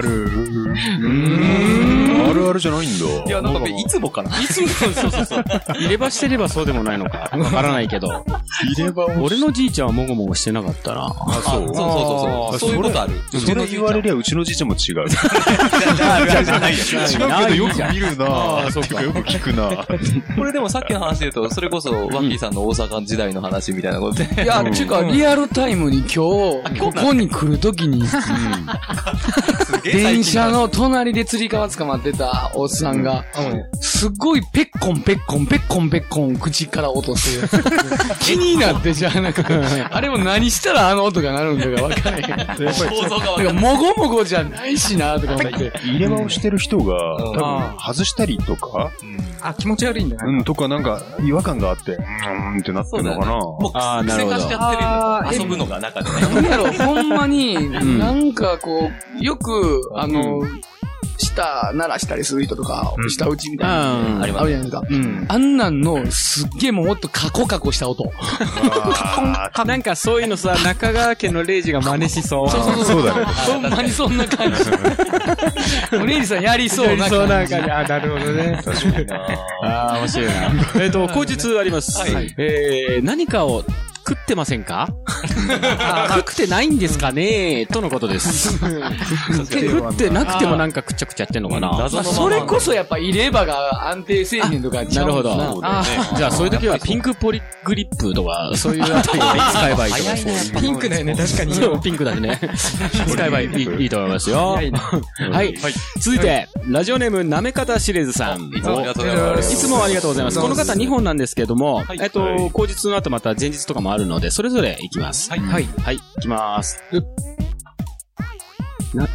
[SPEAKER 2] る。あるあるじゃないんだ。
[SPEAKER 6] いや、なんか、いつもかな。
[SPEAKER 3] いつも、そうそうそう。入れ歯してればそうでもないのか。わからないけど。
[SPEAKER 2] 入れ歯を。
[SPEAKER 3] 俺のじいちゃんはもごもごしてなかったな。
[SPEAKER 2] あ、そ
[SPEAKER 6] そうそうそうそう。そういうことある。
[SPEAKER 2] それ言われりゃうちのじいちゃんも違う。違うけどよく見るなぁ。てかよく聞くなぁ。
[SPEAKER 6] これでもさっきの話で言うと、それこそ、ワッキーさんの大阪時代の話みたいなことで。
[SPEAKER 4] いや、ちゅうか、リアルタイムに今日、ここに来るときに、
[SPEAKER 6] す げえ最
[SPEAKER 4] 電
[SPEAKER 6] 近
[SPEAKER 4] 車
[SPEAKER 6] だ。
[SPEAKER 4] の隣で釣り革捕まってたおっさんが、すっごいペッコンペッコンペッコンペッコン口から落とす。 気になってじゃあなんか、あれも何したらあの音が鳴るんだかわからへ ん。なんか
[SPEAKER 6] 構造が分か
[SPEAKER 4] もごもごじゃないしなとか思って。
[SPEAKER 2] 入れ歯をしてる人が、多
[SPEAKER 1] あ
[SPEAKER 2] 分外したりとか、
[SPEAKER 1] あ、気持ち悪いんだな。
[SPEAKER 2] うん、とかなんか違和感があって、うーんってなってるのかな。
[SPEAKER 6] もう
[SPEAKER 3] あーなる
[SPEAKER 6] 癖
[SPEAKER 3] ほど
[SPEAKER 6] 化しちゃ
[SPEAKER 1] あ
[SPEAKER 6] って
[SPEAKER 1] ー
[SPEAKER 6] る。遊ぶのが中でね。
[SPEAKER 4] なんやろ、ほんまに、なんかこう、よく、あの、舌鳴らしたりする人とか、舌打ちみたいな。
[SPEAKER 3] あ
[SPEAKER 4] あるじゃないですか。あんなんの、すっげえもうもっとカコカコした音。
[SPEAKER 3] ーなんかそういうのさ、中川家のレイジが真似しそう。
[SPEAKER 4] そうそうそう。そうだね。ほんまにそんな感じ。レイジさんやりそうな
[SPEAKER 3] そうな
[SPEAKER 4] 感
[SPEAKER 3] ん
[SPEAKER 4] じ。
[SPEAKER 3] かね、あ、なるほどね。ああ、面白いな。えっと、後日あります。
[SPEAKER 6] はい
[SPEAKER 3] えー、何かを食ってませ んかあー食ってないんですかねとのこ とです。食ってなくてもなんかくちゃくちゃやってんのかな
[SPEAKER 4] まあそれこそやっぱ入れ歯が安定製品とかちゃ
[SPEAKER 3] な
[SPEAKER 4] う
[SPEAKER 3] る
[SPEAKER 4] も
[SPEAKER 3] ほ
[SPEAKER 4] んな
[SPEAKER 3] ど。あーじゃあ、そういう時はピンクポリグリップとか、そういうあたりを使えばいいと思います。
[SPEAKER 1] ピンクだよね、確かに。
[SPEAKER 3] そう、 ピンクだしね。使えばいいいいいいと思いますよ。 はい。続いて、ラジオネーム、なめかたしれずさん。
[SPEAKER 6] いつもありがとうございま
[SPEAKER 3] い
[SPEAKER 6] す。
[SPEAKER 3] つもありがとうございます。この方2本なんですけれども、
[SPEAKER 6] い
[SPEAKER 3] えっと、後日の後また前日とかもあるので、それぞれ行きます。
[SPEAKER 6] はい
[SPEAKER 3] はい。はい、行きます。なな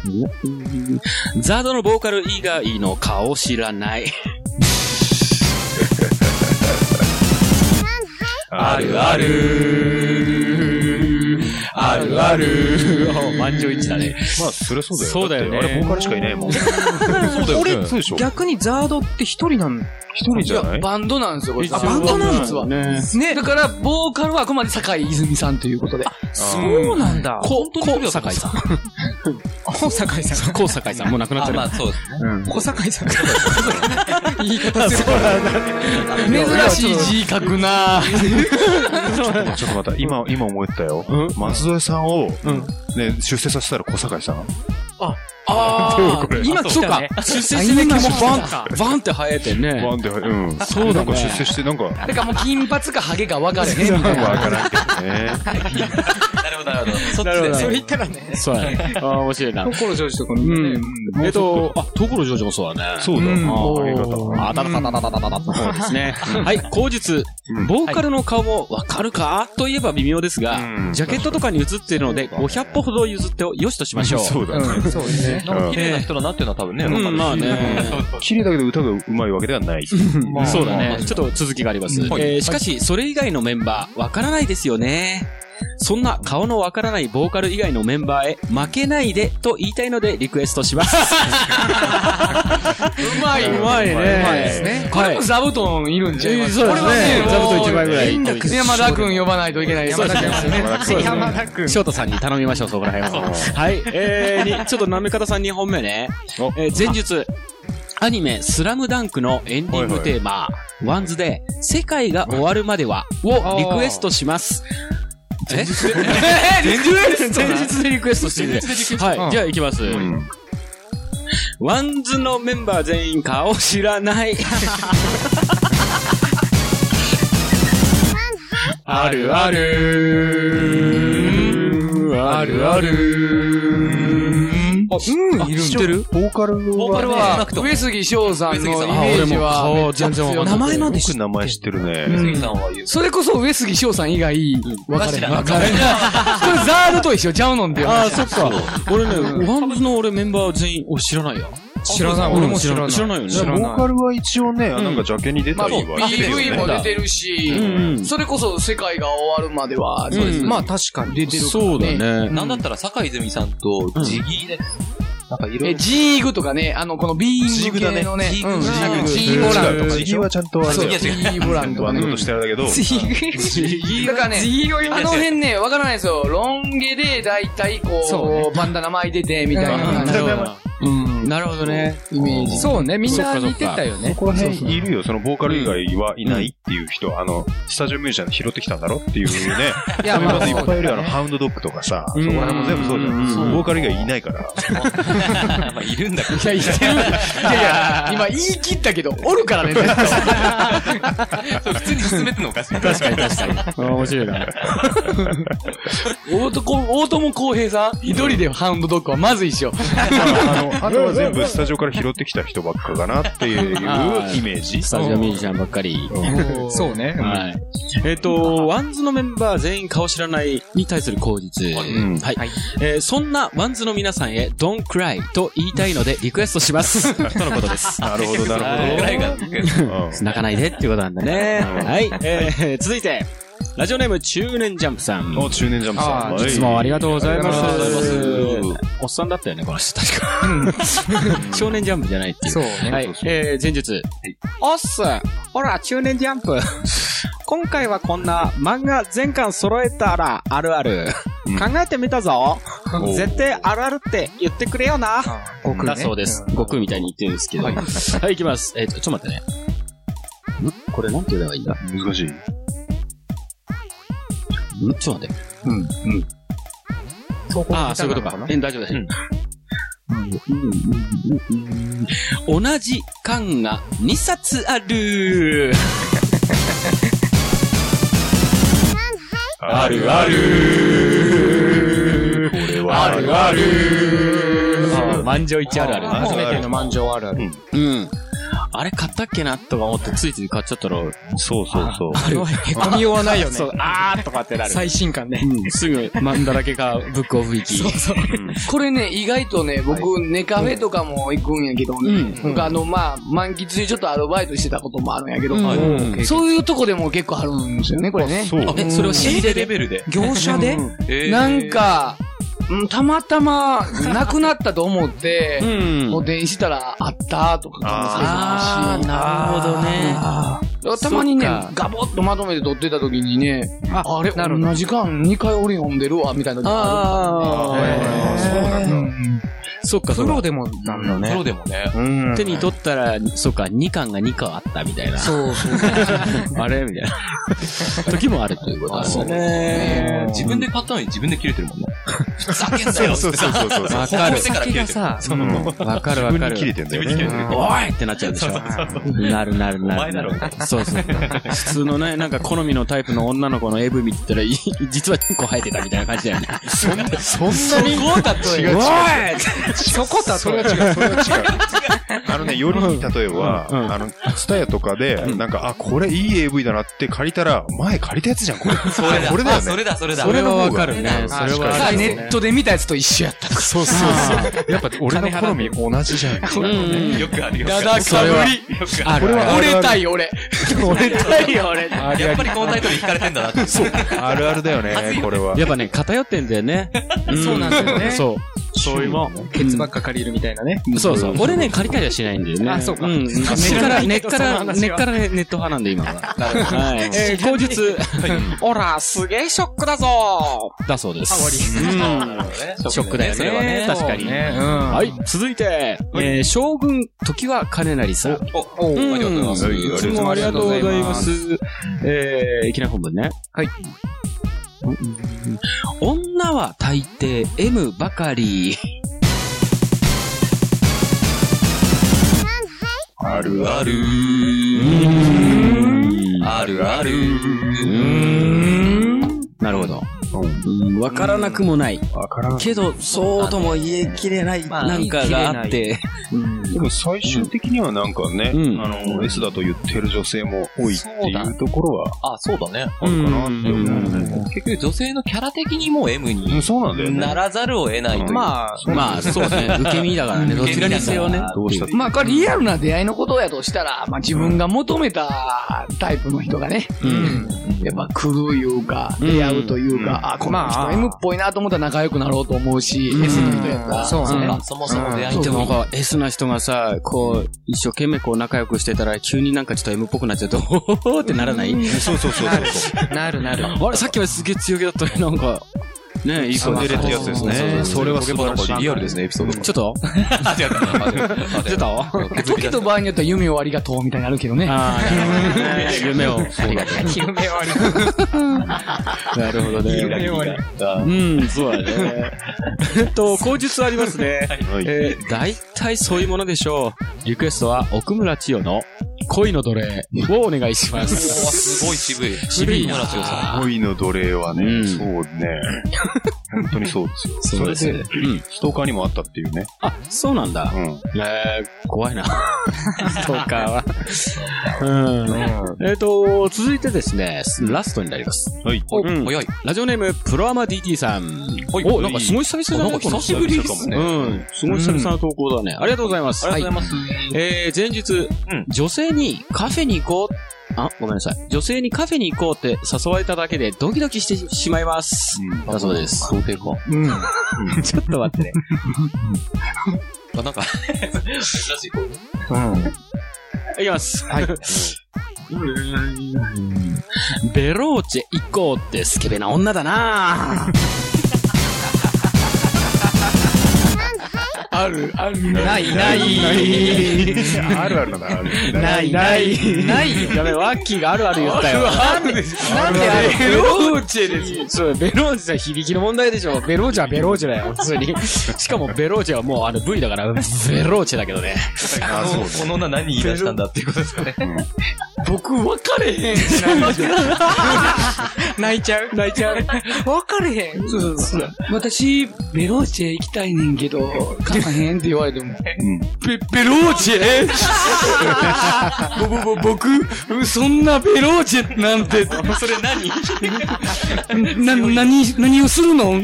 [SPEAKER 3] ザードのボーカル以外の顔知らない。
[SPEAKER 6] あるある。あるある。
[SPEAKER 3] 満場一致だね。
[SPEAKER 2] まあ、そりゃそうだよ。
[SPEAKER 3] そうだよね
[SPEAKER 2] ってあれ、ボーカルしかいないもん。そうだよ、俺、そうでしょ一
[SPEAKER 1] 逆にザードって一人なん
[SPEAKER 2] 人じゃないい
[SPEAKER 4] やバンドなんですよ、これ。
[SPEAKER 1] あバンドなんです
[SPEAKER 4] 実は。
[SPEAKER 3] ね。
[SPEAKER 4] ね。だから、ボーカルはあくまで坂井泉さんということで。
[SPEAKER 1] そうなんだ。
[SPEAKER 3] こ、こ、坂井さん。
[SPEAKER 1] 小坂井さん。
[SPEAKER 3] こ、坂井さん。もう亡くなっち
[SPEAKER 6] あ、
[SPEAKER 3] ゃう。
[SPEAKER 6] まあそうですね。
[SPEAKER 1] 小坂井さん。言い方する。
[SPEAKER 4] 珍しい字書くなぁ。
[SPEAKER 2] ちょっと待った、今、今思ったよ。松添さんを、ね、出世させたら小坂井さん。
[SPEAKER 4] あー今、そうか。
[SPEAKER 3] 出世する気もバン、バンって生えてね。
[SPEAKER 2] ワンで、うん。
[SPEAKER 3] そうだ
[SPEAKER 2] な
[SPEAKER 3] ね
[SPEAKER 2] んか出世して、なんか、
[SPEAKER 4] だからもう金髪かハゲか分かれへんみたい
[SPEAKER 2] なんかわ
[SPEAKER 4] な。
[SPEAKER 2] からんけどね。
[SPEAKER 6] なるほど、なるほど。そっち
[SPEAKER 3] なる
[SPEAKER 6] で
[SPEAKER 3] ほど
[SPEAKER 6] ね。
[SPEAKER 1] それ言ったらね。
[SPEAKER 3] そう やね。ああ、面白いな。
[SPEAKER 1] 心ジョージとこ
[SPEAKER 3] う
[SPEAKER 1] の
[SPEAKER 3] ん。えっと、あ、ところジョージもそうだね。
[SPEAKER 2] そうだ、
[SPEAKER 1] うん
[SPEAKER 2] ああ、ありがた
[SPEAKER 3] あ、たたたたたたたたそうですね。はい、後日
[SPEAKER 2] う、ん
[SPEAKER 3] ボーカルの顔もわかるかといえば微妙ですが
[SPEAKER 2] う、ん
[SPEAKER 3] ジャケットとかに映っているので、500歩ほど譲ってよしとしましょう。
[SPEAKER 2] そうだね。
[SPEAKER 1] そうですね。
[SPEAKER 6] なんか綺麗な人だなっていうのは多分ね、
[SPEAKER 3] うん
[SPEAKER 6] わかる
[SPEAKER 3] まあね
[SPEAKER 2] 綺麗だけど歌が上手いわけではない。
[SPEAKER 3] そうだね。ちょっと続きがあります。えーしかし、それ以外のメンバー、わからないですよね。そんな顔のわからないボーカル以外のメンバーへ、負けないでと言いたいのでリクエストし ます。
[SPEAKER 4] うまい。うまいね。うまいですね。これも座布団いるんじゃいます
[SPEAKER 3] えーそう
[SPEAKER 4] こ
[SPEAKER 3] で
[SPEAKER 4] れ
[SPEAKER 3] すね
[SPEAKER 4] はね、
[SPEAKER 3] 座布団一枚ぐらい
[SPEAKER 4] もう山田くん呼ばないといけないですね。
[SPEAKER 1] 山田くん。
[SPEAKER 3] 翔太さんに頼みましょう、 そこら辺は。はい、えー、に、ちょっとなめ方さん2本目ね。えー、前述。アニメ、スラムダンクのエンディングテーマ、ワンズで、世界が終わるまでは、をリクエストします。 前日でリクエスト前日でリクエストしてるねはい、じゃあ行きます。
[SPEAKER 2] ん
[SPEAKER 3] ワンズのメンバー全員顔知らない。あるある。あるある。
[SPEAKER 1] うん、いるんだ。
[SPEAKER 2] るボーカル
[SPEAKER 6] ボー
[SPEAKER 2] は、
[SPEAKER 6] カル
[SPEAKER 4] これ
[SPEAKER 6] は、
[SPEAKER 4] は上杉翔さんのイメージは。
[SPEAKER 3] あ俺も顔全然わかんない
[SPEAKER 4] 名前まで
[SPEAKER 2] よく名前知ってるね。
[SPEAKER 6] 杉さんは言う。
[SPEAKER 4] それこそ上杉翔さん以外、分かれへん。
[SPEAKER 6] わ
[SPEAKER 4] 分かれへん。これザードと一緒ちゃうのんで。
[SPEAKER 3] ああ、そっか。俺ね、ワンズの俺メンバー全員、俺知らないよ。
[SPEAKER 1] 知らない。俺も知らない。
[SPEAKER 3] 知らないよね。
[SPEAKER 1] 知ら
[SPEAKER 2] ボ
[SPEAKER 1] ない
[SPEAKER 2] ーカルは一応ね、あなんかジャケに出
[SPEAKER 4] ま
[SPEAKER 2] た
[SPEAKER 4] あ、
[SPEAKER 2] りはしてるよ
[SPEAKER 4] PV
[SPEAKER 2] ね。
[SPEAKER 4] も出てるし
[SPEAKER 3] うんうん、
[SPEAKER 4] それこそ世界が終わるまでは、そうです
[SPEAKER 3] うん
[SPEAKER 1] まあ確かに。出てる。
[SPEAKER 3] そうだね。
[SPEAKER 6] なんだったら、坂井泉さんと、ジギーで、なんかいろい
[SPEAKER 4] え、
[SPEAKER 6] ろ。
[SPEAKER 4] ジーグとかね、あの、このビーング系のね、
[SPEAKER 6] ジー
[SPEAKER 4] う
[SPEAKER 6] グ
[SPEAKER 4] ん
[SPEAKER 6] だ
[SPEAKER 4] ジ
[SPEAKER 6] ね
[SPEAKER 4] ーグ、ジ
[SPEAKER 2] 違う
[SPEAKER 4] ーボランとか
[SPEAKER 2] 違う
[SPEAKER 4] で
[SPEAKER 2] ジ
[SPEAKER 4] し
[SPEAKER 2] ギー
[SPEAKER 4] ょ
[SPEAKER 2] はちゃんとあ
[SPEAKER 4] そう、
[SPEAKER 2] れ
[SPEAKER 4] ジ
[SPEAKER 2] だよ。
[SPEAKER 4] ーボランと
[SPEAKER 2] バ
[SPEAKER 4] か
[SPEAKER 2] ンド
[SPEAKER 4] ね
[SPEAKER 2] と。してあれだけど、
[SPEAKER 4] だからね、あの辺ね、わからないですよ。ロン毛で、だいたいこう、バンダナ巻いてて、みたいな感じ。
[SPEAKER 1] うん
[SPEAKER 4] うん
[SPEAKER 3] なるほどね。
[SPEAKER 4] イメージ。
[SPEAKER 1] そうね、みんな見てたよね。
[SPEAKER 2] この辺いるよ、そのボーカル以外はいないっていう人、あの、スタジオミュージシャン拾ってきたんだろっていうね、
[SPEAKER 1] い
[SPEAKER 2] そういう
[SPEAKER 1] まあ
[SPEAKER 2] 数いっぱいいるよ、あの、ハウンドドッグとかさ、そこら辺も全部そうじゃん。ボーカル以外いないから。
[SPEAKER 6] まあ、いるんだけど。
[SPEAKER 4] いや、いてる。いやいや、今言い切ったけど、おるからね、絶対
[SPEAKER 6] そう普通に進めてんのおかしい。確かに確かに。
[SPEAKER 3] 面白いな。
[SPEAKER 4] 大友、大友康平さん一人でハウンドドッグはまずいっしょ。
[SPEAKER 2] あの、あとは全部スタジオから拾ってきた人ばっかかなっていうイメージ。
[SPEAKER 3] スタジオミュージシャンばっかり。
[SPEAKER 1] そうね。
[SPEAKER 3] はい。えっ、と、ワンズのメンバー全員顔知らないに対する口実。
[SPEAKER 2] ん
[SPEAKER 3] はい、えーそんなワンズの皆さんへ、Don't cry と言いたいのでリクエストします。 とのことです。
[SPEAKER 2] なるほど、な
[SPEAKER 6] ぐらい
[SPEAKER 2] る
[SPEAKER 6] が、
[SPEAKER 2] ほど。
[SPEAKER 3] 泣かないでっていうことなんだね。はい。えー続いて、ラジオネーム中年ジャンプさん。
[SPEAKER 2] お、中年ジャンプさん。
[SPEAKER 3] 質問ありがとうございます。
[SPEAKER 1] ありがとうご
[SPEAKER 2] ざいま
[SPEAKER 3] おっさんだったよね、この人。確か。少年ジャンプじゃないっていう。
[SPEAKER 1] そうね。
[SPEAKER 3] はい、えー、前述。おっすほら、中年ジャンプ 今回はこんな漫画全巻揃えたらあるある。考えてみたぞ
[SPEAKER 2] おう
[SPEAKER 3] 絶対あるあるって言ってくれよな
[SPEAKER 1] 悟空ね
[SPEAKER 3] だそうです。悟空みたいに言ってるんですけど。 はい、行きます。えっ、と、ちょっと待ってね。んこれなんて言えばいいんだん
[SPEAKER 2] 難しい。
[SPEAKER 3] ちょっと待って。
[SPEAKER 2] うん、うん。
[SPEAKER 3] ああ、そういうことか。え大丈夫です。同じ巻が2冊ある
[SPEAKER 2] あるあるこれはあるある
[SPEAKER 3] 満場一致あるある。
[SPEAKER 2] あ
[SPEAKER 1] 初めての満場あるある。
[SPEAKER 3] うん。あれ買ったっけなとか思ってついつい買っちゃったら、
[SPEAKER 2] そうそうそう。
[SPEAKER 3] あ れはへこみようはないよね。そう、あーとかってなる。
[SPEAKER 4] 最新刊ね。
[SPEAKER 3] うん、すぐ漫だらけか、ブックオフ行き。
[SPEAKER 4] これね、意外とね、僕、ネカフェとかも行くんやけどね、
[SPEAKER 3] う
[SPEAKER 4] 僕あの、まあ、満喫中ちょっとアルバイトしてたこともあるんやけど、
[SPEAKER 1] はい
[SPEAKER 4] うんそういうとこでも結構あるんですよね、これね。
[SPEAKER 2] そう。
[SPEAKER 3] え、それを仕入れ
[SPEAKER 6] レ
[SPEAKER 3] で。
[SPEAKER 6] ベルで。
[SPEAKER 5] 業者で
[SPEAKER 6] えー
[SPEAKER 4] なん、か、うんたまたま、なくなったと思って、
[SPEAKER 3] ん
[SPEAKER 4] お電したらあったとか可能性もあ
[SPEAKER 3] あ
[SPEAKER 4] る
[SPEAKER 3] ー、
[SPEAKER 4] し
[SPEAKER 3] な
[SPEAKER 4] あーだからたまにね
[SPEAKER 3] そっか、
[SPEAKER 4] ガボッとまとめて撮ってた時にね、
[SPEAKER 1] あ
[SPEAKER 4] あれ、
[SPEAKER 1] なるほど
[SPEAKER 4] 同じ間2回俺読んでるわ、みたいな時あ
[SPEAKER 3] あ
[SPEAKER 2] あーそうなんだ。
[SPEAKER 3] ー、そっか、
[SPEAKER 1] プ
[SPEAKER 3] そっか
[SPEAKER 1] ロでもなんだ
[SPEAKER 6] プ
[SPEAKER 1] ね。
[SPEAKER 6] ロでもね。
[SPEAKER 2] うん。
[SPEAKER 3] 手に取ったら、そっか、2巻が2巻あったみたいな。
[SPEAKER 1] そうそう。
[SPEAKER 3] あれみたいな。時もあるということですね。
[SPEAKER 6] ね自分で買ったのに自分で切れてるもんね。 ふざけんなよ
[SPEAKER 2] そうそうそうそう。
[SPEAKER 3] わかる
[SPEAKER 6] 手から切れてる。
[SPEAKER 1] さ、
[SPEAKER 2] その、
[SPEAKER 3] わかるわ
[SPEAKER 2] 自分
[SPEAKER 3] かる
[SPEAKER 2] に。切れてんだよ
[SPEAKER 6] 自分に切れ
[SPEAKER 2] ね
[SPEAKER 6] て。る。
[SPEAKER 3] おいってなっちゃうでしょ。なるなるな
[SPEAKER 6] お
[SPEAKER 3] る。
[SPEAKER 6] 前だろ
[SPEAKER 3] なるそうそう。普通のね、なんか好みのタイプの女の子の AV 見てたら、い実は1個生えてたみたいな感じだよね。
[SPEAKER 2] そんなに違う違う。
[SPEAKER 1] そこだ
[SPEAKER 2] そ
[SPEAKER 1] と
[SPEAKER 2] れは違う、それは違う。あのね、よりいい例えば、
[SPEAKER 3] うんうん
[SPEAKER 2] あの、ツタヤとかで、なんか、あ、これいい AV だなって借りたら、前借りたやつじゃん、 これ。
[SPEAKER 6] それだ。
[SPEAKER 2] これだよ
[SPEAKER 6] あそ
[SPEAKER 2] ね。
[SPEAKER 6] れだ、それだ。
[SPEAKER 3] それはわかるね。それ
[SPEAKER 2] あ
[SPEAKER 3] は。
[SPEAKER 4] るネットで見たやつと一緒やった。
[SPEAKER 2] そうそうそう。やっぱ俺の好み同じじゃん。これ
[SPEAKER 6] よくあるよ。
[SPEAKER 4] だだ
[SPEAKER 6] それ
[SPEAKER 4] か
[SPEAKER 6] は
[SPEAKER 4] ぶ
[SPEAKER 6] よくあ
[SPEAKER 3] あるある
[SPEAKER 4] 折れたい、俺。折れたい、俺。
[SPEAKER 6] る。やっぱりこのタイトルに惹かれてんだなって。そう。
[SPEAKER 2] あるあるだよね、これは。
[SPEAKER 3] やっぱね、偏ってんだよね。そうなんだよね。そう。そういうもん。
[SPEAKER 1] ケツばっか借りるみたいなね。
[SPEAKER 3] そうそう。俺ね、借りたりはしないんだよね。
[SPEAKER 1] あそうか
[SPEAKER 3] ん。根っから、根っから、根っからねネット派なんで、今は。はい。えー、後日。
[SPEAKER 5] ほら、すげえショックだぞ
[SPEAKER 3] だそうです。うん。ショックだよ
[SPEAKER 6] それは
[SPEAKER 3] ね。確かに。
[SPEAKER 1] うん。
[SPEAKER 3] はい、続いて、えー、将軍時は金成さん。
[SPEAKER 6] お、お、ありがとうございます。
[SPEAKER 2] うん
[SPEAKER 3] いつもありがとうございます。えー、いきなり本文ね。
[SPEAKER 1] はい
[SPEAKER 3] うん。うんうん女は大抵 M ばかり。
[SPEAKER 2] ある
[SPEAKER 6] あるあるある
[SPEAKER 3] なるほど。うんわからなくもない。けど、そうとも言えきれない、なんかがあって。
[SPEAKER 2] でも最終的にはなんかね、
[SPEAKER 3] うん
[SPEAKER 2] あの、S だと言ってる女性も多いっていうところは
[SPEAKER 6] あ、そうだね。
[SPEAKER 2] あるかなって思うね。
[SPEAKER 6] 結局女性のキャラ的にもう M
[SPEAKER 2] うん、
[SPEAKER 6] に
[SPEAKER 2] そうなんだよね。
[SPEAKER 6] ならざるを得ないという。あ、
[SPEAKER 1] まあ、
[SPEAKER 3] まあ、そうね。受け身だからね。どちらにせよね。
[SPEAKER 2] どうしたって
[SPEAKER 4] まあ、これリアルな出会いのことやとしたら、まあ自分が求めたタイプの人がね、
[SPEAKER 3] うん。
[SPEAKER 4] やっぱ来るいうか、出会うという
[SPEAKER 2] うん
[SPEAKER 4] か、あ、この
[SPEAKER 1] ま
[SPEAKER 4] 人
[SPEAKER 1] あ
[SPEAKER 4] M っぽいなと思ったら仲良くなろうと思うし、
[SPEAKER 3] うん
[SPEAKER 4] S の人やったら。
[SPEAKER 1] そうね
[SPEAKER 6] まあそもそも出会い
[SPEAKER 3] で
[SPEAKER 6] と
[SPEAKER 3] もなんか S な人がさ、こう、一生懸命こう仲良くしてたら、急になんかちょっと M っぽくなっちゃうと、おほほほってならない
[SPEAKER 2] そうそうそうそう。
[SPEAKER 1] なるなる。
[SPEAKER 3] あれ、さっきはすげえ強気だったのになんか、ね、いい
[SPEAKER 2] ツンデレってやつですね。それは素晴らしい。
[SPEAKER 6] リアルですね、エピソードが。
[SPEAKER 3] ちょっと
[SPEAKER 6] あ、違った。
[SPEAKER 3] 出たあ
[SPEAKER 4] 時と場合によっては夢をありがとうみたいになのあるけどね。
[SPEAKER 3] あー、 夢を。ありがと
[SPEAKER 4] 夢をありがと
[SPEAKER 3] う。なるほどね。夢をありがとう。うん、そうだね。えっと、口述ありますね。
[SPEAKER 2] はい
[SPEAKER 3] えー、大体そういうものでしょう。リクエストは、奥村千代の恋の奴隷をお願いし ま
[SPEAKER 6] おー
[SPEAKER 3] す。
[SPEAKER 6] すごい渋い。
[SPEAKER 3] 渋いな
[SPEAKER 6] 村瀬さ ん。
[SPEAKER 2] 恋の奴隷はね、
[SPEAKER 3] うん
[SPEAKER 2] そうね。本当にそうですよ。
[SPEAKER 3] そうですね
[SPEAKER 2] れストーカーにもあったっていうね。
[SPEAKER 3] あ、そうなんだ
[SPEAKER 2] う。ん。
[SPEAKER 3] えー、怖 いな。ストーカーは。うん。えっ、と、続いてですね、ラストになります。
[SPEAKER 2] はい。
[SPEAKER 3] うん
[SPEAKER 6] 早い。
[SPEAKER 3] ラジオネーム、プロアマ DT さん。
[SPEAKER 6] はい
[SPEAKER 3] お、なんかすごい久々じゃない
[SPEAKER 6] なんか久しぶりですね
[SPEAKER 3] この人うん。すごい久々な投稿だね。ありがとうございます。
[SPEAKER 6] ありがとうございます。
[SPEAKER 3] えー、前日、
[SPEAKER 6] うん
[SPEAKER 3] 女性にカフェに行こう、あ、ごめんなさい。女性にカフェに行こうって誘われただけでドキドキしてしまいます。
[SPEAKER 2] うん
[SPEAKER 3] だそうです。
[SPEAKER 6] 童貞か。
[SPEAKER 4] う。うん。
[SPEAKER 3] ちょっと待 ってね。
[SPEAKER 6] あ、なんか、 珍しい。
[SPEAKER 3] いきます。はい。ベローチェ行こうってスケベな女だなぁ。
[SPEAKER 4] ある、ある。
[SPEAKER 5] ない、ない。
[SPEAKER 2] あるあるなんだ。ある
[SPEAKER 5] ない、ない。ないよ。
[SPEAKER 3] やべ、ワッキーがあるある言ったよ。
[SPEAKER 4] あるでしょ。なんである
[SPEAKER 3] ベローチェです。そう、ベローチェは響きの問題でしょ。ベローチェはベローチェだよ、普通 に。しかもベローチェはもうあの V だから、ベローチェだけどね。
[SPEAKER 2] あそう
[SPEAKER 6] この女何言い出したんだっていうことですかね。
[SPEAKER 4] 僕分かれへんしな。
[SPEAKER 5] 泣いちゃう
[SPEAKER 4] 泣いちゃう。
[SPEAKER 5] 分かれへん。
[SPEAKER 4] そうそうそう。私、ベローチェ行きたいねんけど、かまへんって言われても。
[SPEAKER 2] うん
[SPEAKER 4] ベ、ベローチェぼ、ぼ、ぼ、僕、そんなベローチェなんて、
[SPEAKER 6] それ何
[SPEAKER 4] な、なに、何をするの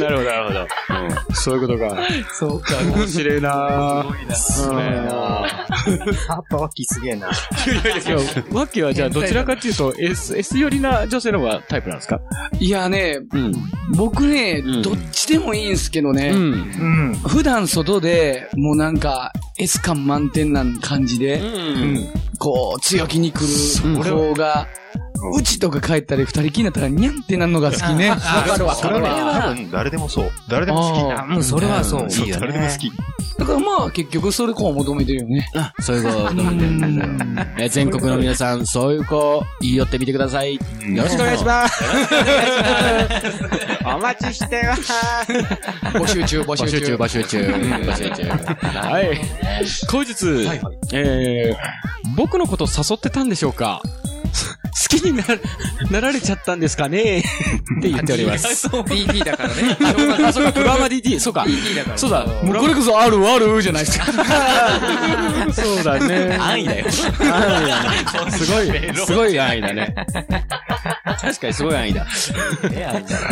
[SPEAKER 3] なるほど、なるほど。そういうことか。
[SPEAKER 4] そうか。
[SPEAKER 3] 面白いなぁ。すごいな
[SPEAKER 1] やっぱワッキーすげえな。
[SPEAKER 3] いや、ワッキーはじゃあどちらかっていうと S、S 寄りな女性の方がタイプなんですか
[SPEAKER 4] いやね、
[SPEAKER 3] うん。
[SPEAKER 4] 僕ね、
[SPEAKER 3] うん
[SPEAKER 4] どっちでもいいんすけどね、
[SPEAKER 3] う
[SPEAKER 1] う
[SPEAKER 3] ん。
[SPEAKER 1] ん。
[SPEAKER 4] 普段外で、もうなんか、S 感満点な感じで、
[SPEAKER 3] うん。
[SPEAKER 4] こう、強気に来る
[SPEAKER 3] うん
[SPEAKER 4] 方が、うちとか帰ったり二人きりになったら、にゃんってなんのが好きね。わかるわ
[SPEAKER 2] それは多分誰でもそう。誰でも好
[SPEAKER 4] あ
[SPEAKER 5] あ、
[SPEAKER 4] あ
[SPEAKER 5] もうそれはそう。
[SPEAKER 2] き。そう誰でも好き。
[SPEAKER 4] だからまあ、結局それこう求めてるよね。
[SPEAKER 3] あ、そういうことね、全国の皆さん、そういう子、言い寄ってみてください。よろしくお願いします。お待ちしてます。
[SPEAKER 4] 募集中、募
[SPEAKER 3] 募
[SPEAKER 4] 集
[SPEAKER 3] 集中、
[SPEAKER 4] 中。
[SPEAKER 3] 募集中、募集中。はい。後日、えー、僕のこと誘ってたんでしょうか好きにな、なられちゃったんですかねって言っております。
[SPEAKER 5] BT だからね。
[SPEAKER 3] あ、そうか、プラマ DT、そうか。そうだ、
[SPEAKER 4] もうこれこそあるあるじゃない ですか。
[SPEAKER 3] そうだね。安易だよ。すごい、すごい安易だね。確かにすごい安易だ。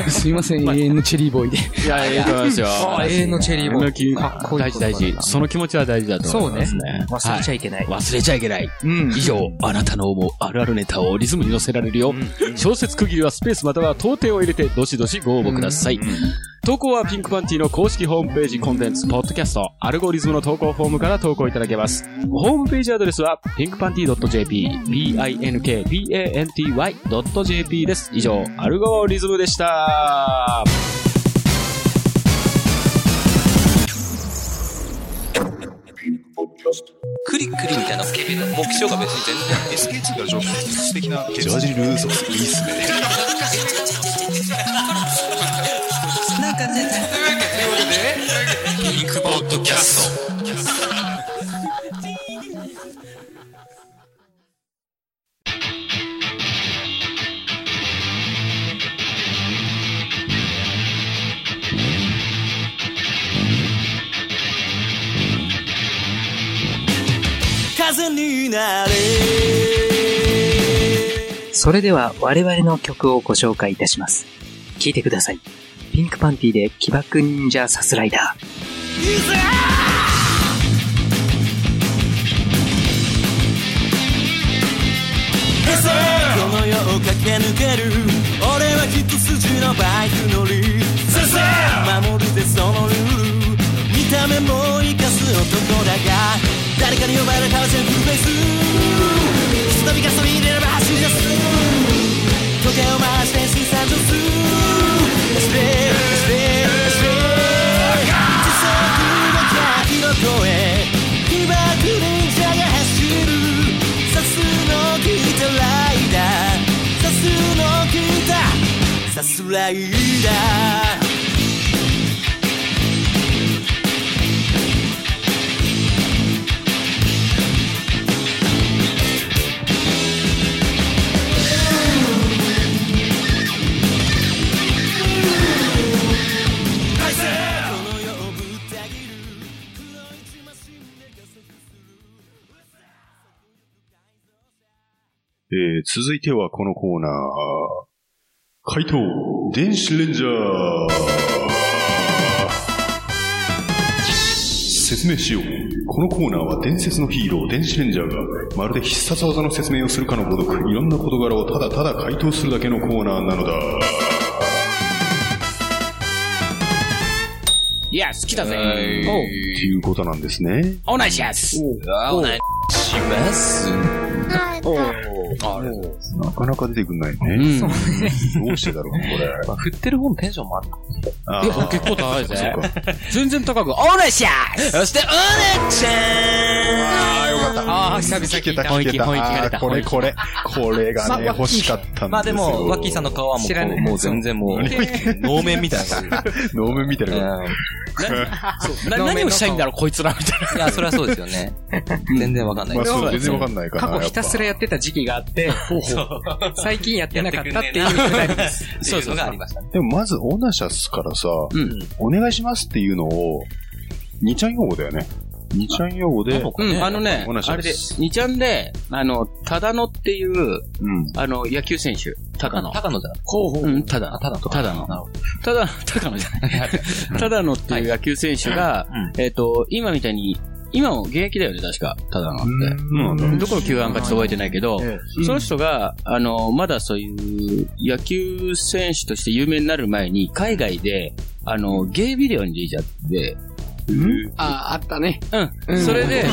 [SPEAKER 4] すいません、永遠のチェリーボーイで。
[SPEAKER 3] いや、いいと思いますよ。
[SPEAKER 5] 永遠のチェリーボーイかっこいい
[SPEAKER 3] 大事大事。その気持ちは大事だと
[SPEAKER 5] そ
[SPEAKER 3] 思
[SPEAKER 5] う
[SPEAKER 3] い
[SPEAKER 5] ね
[SPEAKER 3] ますね。。
[SPEAKER 5] 忘れちゃいけない。
[SPEAKER 3] 忘れちゃいけない。
[SPEAKER 4] うん。
[SPEAKER 3] 以上、あなたの思うあるあるネタをリズムに乗せられるよ。小説区切りはスペースまたは到底を入れて、どしどしご応募ください。投稿はピンクパンティの公式ホームページコンテンツ、ポッドキャスト、アルゴリズムの投稿フォームから投稿いただけます。ホームページアドレスは、pinkpanty.jp、p-i-n-k-p-a-n-t-y.jp です。以上、アルゴリズムでした。
[SPEAKER 6] クリックリみたいな目標が別に全然。
[SPEAKER 2] SK2 から上手素敵なジョージルーソーいいっすね。
[SPEAKER 6] ピンクポッドキャスト。
[SPEAKER 5] それでは我々の曲をご紹介いたします。聴いてください。ピンクパンティで起爆忍者サスライダー。
[SPEAKER 7] この世を駆け抜ける俺は一筋のバイク乗り守るぜそのルール見た目も生かす男だが誰かに呼ばれたら全部フェイスひとびかそび入れれば走り出す時
[SPEAKER 8] 手を回して新参上する s b s b s b 時速500キロ超え被爆忍者が走るサスのギタライダーサスのギタサスライダー
[SPEAKER 2] えー続いてはこのコーナー。怪盗電子レンジャー説明しよう。このコーナーは伝説のヒーロー、電子レンジャーが、まるで必殺技の説明をするかのごとく、いろんな事柄をただただ回答するだけのコーナーなのだ。
[SPEAKER 7] いや、好きだ
[SPEAKER 2] っ
[SPEAKER 7] ぜ。
[SPEAKER 2] ていうことなんですね。
[SPEAKER 7] お、お願いします。
[SPEAKER 9] お願いします。
[SPEAKER 2] なかなか出てくんないね。
[SPEAKER 7] うん。
[SPEAKER 2] どうしてだろう、これ。
[SPEAKER 6] まあ振ってる方のテンションもあるな。
[SPEAKER 2] あ
[SPEAKER 7] いや、結構高いぜ
[SPEAKER 2] そう。か
[SPEAKER 7] 全然高く、オーナーシャー
[SPEAKER 9] そして、おねちゃん
[SPEAKER 2] あー、よかった。
[SPEAKER 6] ああ、久々
[SPEAKER 2] 聞
[SPEAKER 6] 聞
[SPEAKER 2] け
[SPEAKER 6] い
[SPEAKER 2] た、
[SPEAKER 6] た。
[SPEAKER 2] 聞けた。
[SPEAKER 7] 本気本気が
[SPEAKER 2] あ
[SPEAKER 7] 出た
[SPEAKER 2] ーこれ、これ。これがね、
[SPEAKER 6] まあ
[SPEAKER 2] 欲しかったんですよ。
[SPEAKER 6] まあでも、ワッキーさん
[SPEAKER 2] ん。
[SPEAKER 6] の顔はもう
[SPEAKER 5] 知ら
[SPEAKER 6] こ
[SPEAKER 5] な
[SPEAKER 6] う、
[SPEAKER 5] い
[SPEAKER 6] もう全然もう、能面みたいな感 じ。
[SPEAKER 2] 能面みたいな。
[SPEAKER 6] う
[SPEAKER 7] そ うな何をしたいんだろう、こいつら、みたいな。
[SPEAKER 6] んいや、それはそうですよね。全然わかんない
[SPEAKER 2] まあ
[SPEAKER 6] です。
[SPEAKER 2] そう、全然わかんないから。
[SPEAKER 5] 過去ひたすら
[SPEAKER 2] やっ
[SPEAKER 5] やってた時期があって、最近やってなかったっていうくだりです。
[SPEAKER 6] そういうのがありましたね。
[SPEAKER 2] ぱでもまず、オナシャスからさ、
[SPEAKER 7] ん
[SPEAKER 2] お願いしますっていうのを、2ちゃん用語だよね。2ちゃん用語で、
[SPEAKER 7] うん、あのね
[SPEAKER 2] オーナー、シャ
[SPEAKER 7] あ
[SPEAKER 2] ー
[SPEAKER 7] れ
[SPEAKER 2] で
[SPEAKER 7] で、
[SPEAKER 2] す
[SPEAKER 7] 2ちゃんで、あの、ただのっていう、
[SPEAKER 2] うん。
[SPEAKER 7] あの、野球選手、ただの。
[SPEAKER 6] 高野じゃなくて。
[SPEAKER 7] 候補うん、ただの。
[SPEAKER 6] あただの
[SPEAKER 7] ただの。 ただ、高野じゃない。ただのっていう野球選手が、えっと、今みたいに、今も現役だよね、確か。ただのって。
[SPEAKER 2] うん。うん
[SPEAKER 7] どこの球団かちょっと覚えてないけど、その人が、あの、まだそういう野球選手として有名になる前に、海外で、あの、ゲイビデオに出ちゃって、
[SPEAKER 4] あ、あったね。
[SPEAKER 7] うん。それで、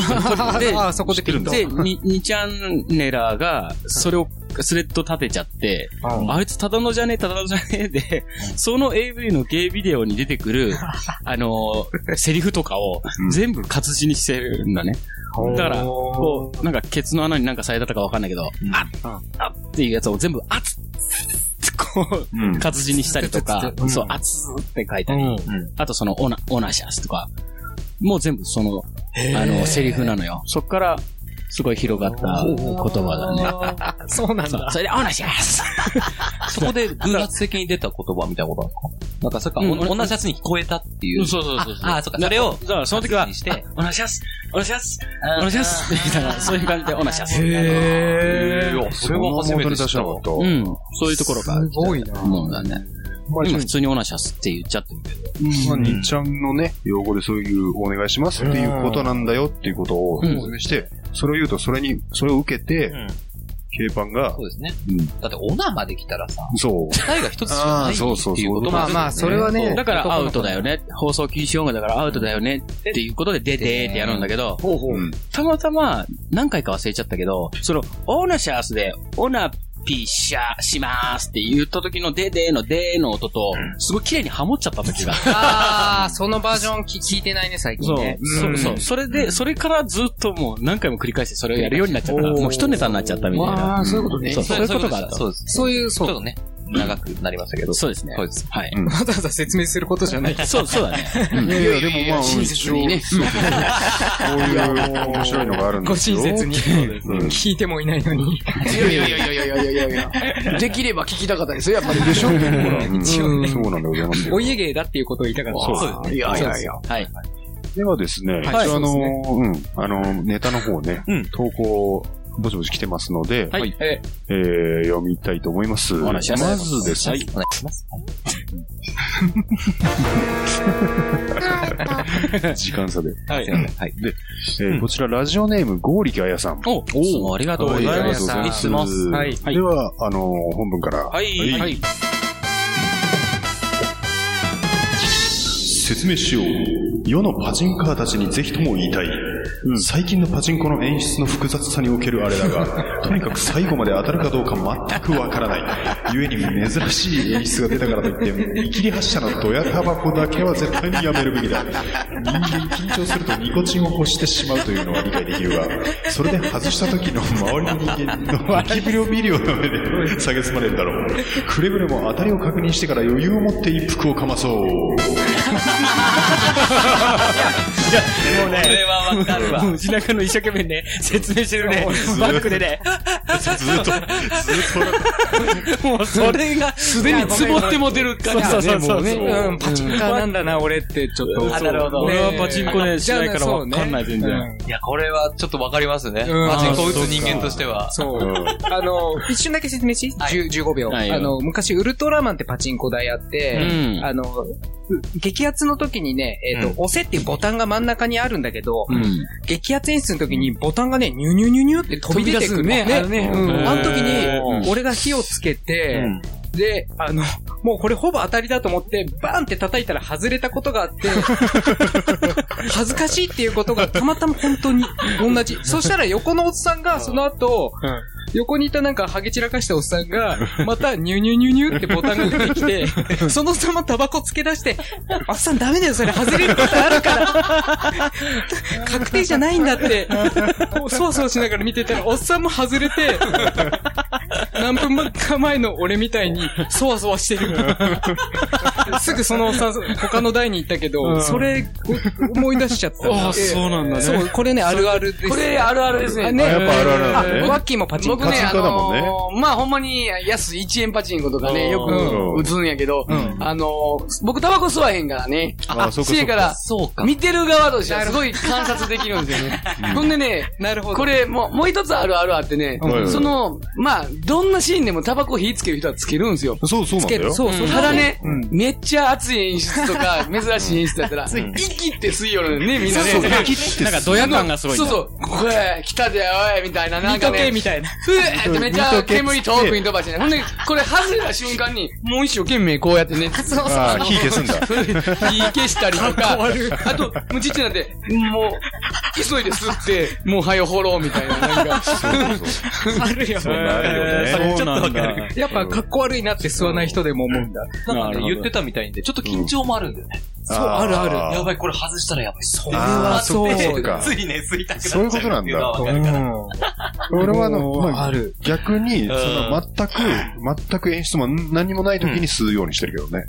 [SPEAKER 7] で、
[SPEAKER 5] ああ、そこで切るんだ。
[SPEAKER 7] で、に、にちゃんねらーが、それを、スレッド立てちゃって、あいつただのじゃねえ、ただのじゃねえで、その AV のゲイビデオに出てく る、あのー、セリフとかを
[SPEAKER 2] うん
[SPEAKER 7] 全部活字にしてるんだね。だから、こう、なんかケツの穴になんかされたとかわかんないけど、あっ、あっっていうやつを全部、あっつってこ
[SPEAKER 2] うん
[SPEAKER 7] う、活字にしたりとか、そう、あっつって書いたり、あとその、オナ、オナシャスとか、もう全部その、あの、セリフなのよ。そっから、すごい広がった言葉だね。
[SPEAKER 5] そうなんだ。
[SPEAKER 7] それで、オナシャス
[SPEAKER 6] そこで偶発的に出た言葉みたいなことなんですかなんか、そっか、
[SPEAKER 7] うん
[SPEAKER 6] お同じやつに聞こえたっていう。
[SPEAKER 7] そうそうそうそう。
[SPEAKER 6] ああそっか
[SPEAKER 7] だ
[SPEAKER 6] それを
[SPEAKER 7] だからその時は、あ
[SPEAKER 6] 活字にして
[SPEAKER 7] お願いしますお願いしますお願いしますみたいな、そういう感じでお願いします。
[SPEAKER 2] えー、それは初めて出しなかった。
[SPEAKER 7] う。
[SPEAKER 2] うん
[SPEAKER 7] そういうところが、
[SPEAKER 6] すご
[SPEAKER 7] いな。もうだね。今普通にオナシャスって言っちゃってるけど。
[SPEAKER 2] まあ、2ちゃんのね、用語でそういうお願いしますっていうことなんだよっていうことを説明して、それを言うと、それに、それを受けて、ケイパンが
[SPEAKER 6] そ、うですね。
[SPEAKER 2] うん
[SPEAKER 6] だって、オナまで来たらさ、
[SPEAKER 2] そう。
[SPEAKER 6] 答えが一つしかない
[SPEAKER 2] あ
[SPEAKER 6] っ
[SPEAKER 2] ー
[SPEAKER 6] て
[SPEAKER 2] そうそうそう
[SPEAKER 6] いうこと
[SPEAKER 5] ま
[SPEAKER 6] も
[SPEAKER 5] あまあ、それはね、
[SPEAKER 7] だからアウトだよね。放送禁止音楽だからアウトだよね。っていうことで出てってやるんだけど、
[SPEAKER 2] うん
[SPEAKER 7] たまたま何回か忘れちゃったけど、その、オナシャスで、オナピッシャしますって言った時のデデのデの音と、すごい綺麗にハモっちゃった時が。
[SPEAKER 5] ああ、そのバージョンき聞いてないね、最近
[SPEAKER 7] そう
[SPEAKER 5] ね。、
[SPEAKER 7] そう、そう。それで、それからずっともう何回も繰り返してそれをやるようになっちゃったから、もう一ネタになっちゃったみたいな。
[SPEAKER 4] ああ、そういうことね。
[SPEAKER 7] そう、そういうことがあっ
[SPEAKER 6] だ
[SPEAKER 7] た。
[SPEAKER 6] そうです。
[SPEAKER 5] そういう、
[SPEAKER 6] ち
[SPEAKER 5] そ
[SPEAKER 6] ょっ
[SPEAKER 5] う。
[SPEAKER 6] とね、長くなりましたけど。
[SPEAKER 7] そうですね。
[SPEAKER 6] そうです。
[SPEAKER 7] はい。
[SPEAKER 5] わざわざ説明することじゃない。
[SPEAKER 7] そう、そうだね。
[SPEAKER 2] いやいや、でもまあ、
[SPEAKER 4] 親
[SPEAKER 2] 一
[SPEAKER 4] 切
[SPEAKER 2] 応、
[SPEAKER 4] にね
[SPEAKER 2] そうそうそうこういう面白いのがあるん
[SPEAKER 5] ご
[SPEAKER 2] ですよ。
[SPEAKER 5] 親切に。
[SPEAKER 2] うん
[SPEAKER 5] 聞いてもいないのに。
[SPEAKER 4] いやいやいやいやいやいやいやいや。できれば聞きたかったですよ、やっぱり。でしょ
[SPEAKER 2] ほら、うん
[SPEAKER 5] 一
[SPEAKER 2] そう
[SPEAKER 5] 応ね
[SPEAKER 2] なんでございますよ
[SPEAKER 5] お。家芸だっていうことを言いたかった。
[SPEAKER 2] そう
[SPEAKER 4] いやいやいや。
[SPEAKER 7] はい。
[SPEAKER 2] ではですね、
[SPEAKER 7] はい
[SPEAKER 2] 一応あのー、うん、あのー、ネタの方ね、投稿、ぼちぼち来てますので、
[SPEAKER 7] はい。え
[SPEAKER 2] えー読みたいと思います。
[SPEAKER 7] お
[SPEAKER 2] ま
[SPEAKER 7] 願いします
[SPEAKER 2] ずですね、
[SPEAKER 6] お願いします。
[SPEAKER 2] 時間差で。
[SPEAKER 6] はい。はい。
[SPEAKER 2] えーこちら、ラジオネーム、剛力彩さん。
[SPEAKER 7] おおありがとうござい
[SPEAKER 2] はあり
[SPEAKER 7] ま
[SPEAKER 2] がとう
[SPEAKER 7] す。
[SPEAKER 2] ございます。
[SPEAKER 5] はい
[SPEAKER 2] では、あのー、本文から。
[SPEAKER 7] はい。はい。
[SPEAKER 2] 説明しよう。世のパチンカーたちにぜひとも言いたい。最近のパチンコの演出の複雑さにおけるあれだが、とにかく最後まで当たるかどうか全くわからない。故に珍しい演出が出たからといって、見切り発車のドヤタバコだけは絶対にやめるべきだ。人間緊張するとニコチンを欲してしまうというのは理解できるが、それで外した時の周りの人間の脇びを見るような目で蔑まれるだろう。くれぐれも当たりを確認してから余裕を持って一服をかまそう。
[SPEAKER 6] これはわかるわ。
[SPEAKER 10] もう白川の一生懸命ね、説明してる ね、バックでね。
[SPEAKER 2] ずっと、ずっと、
[SPEAKER 10] もうそれが、
[SPEAKER 4] すでに積もっても出るからね。
[SPEAKER 10] そうそうそうそう
[SPEAKER 4] もねんパチンカーなんだな、俺って、ちょっと。
[SPEAKER 6] あなるほど
[SPEAKER 10] 俺はパチンコね、しないからわかんない、全然。
[SPEAKER 4] い。
[SPEAKER 6] いや、これはちょっとわかりますね。
[SPEAKER 4] うん
[SPEAKER 6] パチンコ打つ人間としては。
[SPEAKER 4] そうう。
[SPEAKER 2] ん
[SPEAKER 5] あの、一瞬だけ説明し、10 15秒。
[SPEAKER 3] はいよ
[SPEAKER 5] あの、昔、ウルトラマンってパチンコ台あって、
[SPEAKER 3] うん
[SPEAKER 5] あの、う激圧の時にね、えっ、と、押せっていうボタンが真ん中にあるんだけど、
[SPEAKER 3] うん。
[SPEAKER 5] 激圧演出の時にボタンがね、ニュニュニュニュって飛び出てくる。
[SPEAKER 4] ね。あのね。うん
[SPEAKER 5] あの時
[SPEAKER 3] う
[SPEAKER 5] に、
[SPEAKER 3] ん
[SPEAKER 5] 俺が火をつけて、で、あの、もうこれほぼ当たりだと思って、バーンって叩いたら外れたことがあって、 恥ずかしいっていうことがたまたま本当に同じ。そしたら横のおっさんが、その後、横にいたなんかハゲ散らかしたおっさんが、またニュニュニュニュってボタンが出てき て、そのままタバコつけ出して、おっさんダメだよ、それ外れることあるから。 確定じゃないんだって、そうそうしながら見てたら、おっさんも外れて、何分か前の俺みたいに、そわそわしてる。すぐそのおっさん、他の台に行ったけど、それ、お思い出しちゃった。ああ、そうなんだ、そう、これね、あるあるです。これ、あるあるですね。ね、
[SPEAKER 2] やっぱあるあるなんだね
[SPEAKER 5] ワッキーもパチンコ
[SPEAKER 4] 僕ね、
[SPEAKER 2] パ
[SPEAKER 4] あ
[SPEAKER 2] チンコだもんね
[SPEAKER 4] のー、まあほんまに安い1円パチンコとかね、よ
[SPEAKER 2] うん
[SPEAKER 4] く打つんやけど、あのー、僕タバコ吸わへんからね。
[SPEAKER 2] あそうか
[SPEAKER 4] せやから、
[SPEAKER 1] そうか。
[SPEAKER 4] 見てる側としてはすごい観察できるんですよね。ほんでね、
[SPEAKER 5] なるほど。
[SPEAKER 4] これ、もう、もう一つあるあるあってね
[SPEAKER 2] うん、
[SPEAKER 4] その、まあ、どんなシーンでもタバコ火つける人はつけるんですよ。
[SPEAKER 2] そう、そうなんだよ。
[SPEAKER 5] そうそう。
[SPEAKER 4] ただね、めっちゃ熱い演出と か、珍しい演出だったら、息って水曜のね、みんなね。
[SPEAKER 3] なんかドヤ感がすごいん
[SPEAKER 4] そ
[SPEAKER 3] だ。
[SPEAKER 4] うそう、これ、来たで、おい、みたいな、なん
[SPEAKER 10] 見と
[SPEAKER 4] か
[SPEAKER 10] け、
[SPEAKER 4] ね、
[SPEAKER 10] みたいな。
[SPEAKER 4] ふえーってめっちゃ煙遠くに飛ばしてね。ほんで、これ外れた瞬間に、もう一生懸命こうやってね、
[SPEAKER 5] そうそう。
[SPEAKER 2] ああ、火消すん だ。
[SPEAKER 4] 火消したりとか、あと、もうちっちゃなんで、もう、急いで吸って、もうはよ掘ろうみたいな、なんか。
[SPEAKER 10] あるよ。そ
[SPEAKER 2] んなあるよね
[SPEAKER 10] ちょっとわかる。
[SPEAKER 5] やっぱ、かっこ悪いなって吸わない人でも思うんだ。
[SPEAKER 1] なんかね、言ってたみたいで、ちょっと緊張もあるんだよね。
[SPEAKER 2] そう、あるあ
[SPEAKER 1] やばい、これ外したらやばい。そう。
[SPEAKER 2] ああ、そう
[SPEAKER 5] そう
[SPEAKER 2] そうか。
[SPEAKER 6] ついね、吸いたくなっちゃう。
[SPEAKER 2] そういうことなんだ
[SPEAKER 6] っていうのはわかるから。
[SPEAKER 2] 俺はあの、ま
[SPEAKER 5] あ
[SPEAKER 2] あ、
[SPEAKER 5] る。
[SPEAKER 2] 逆に、その、全く、全く演出も何もない時に吸うようにしてるけどね。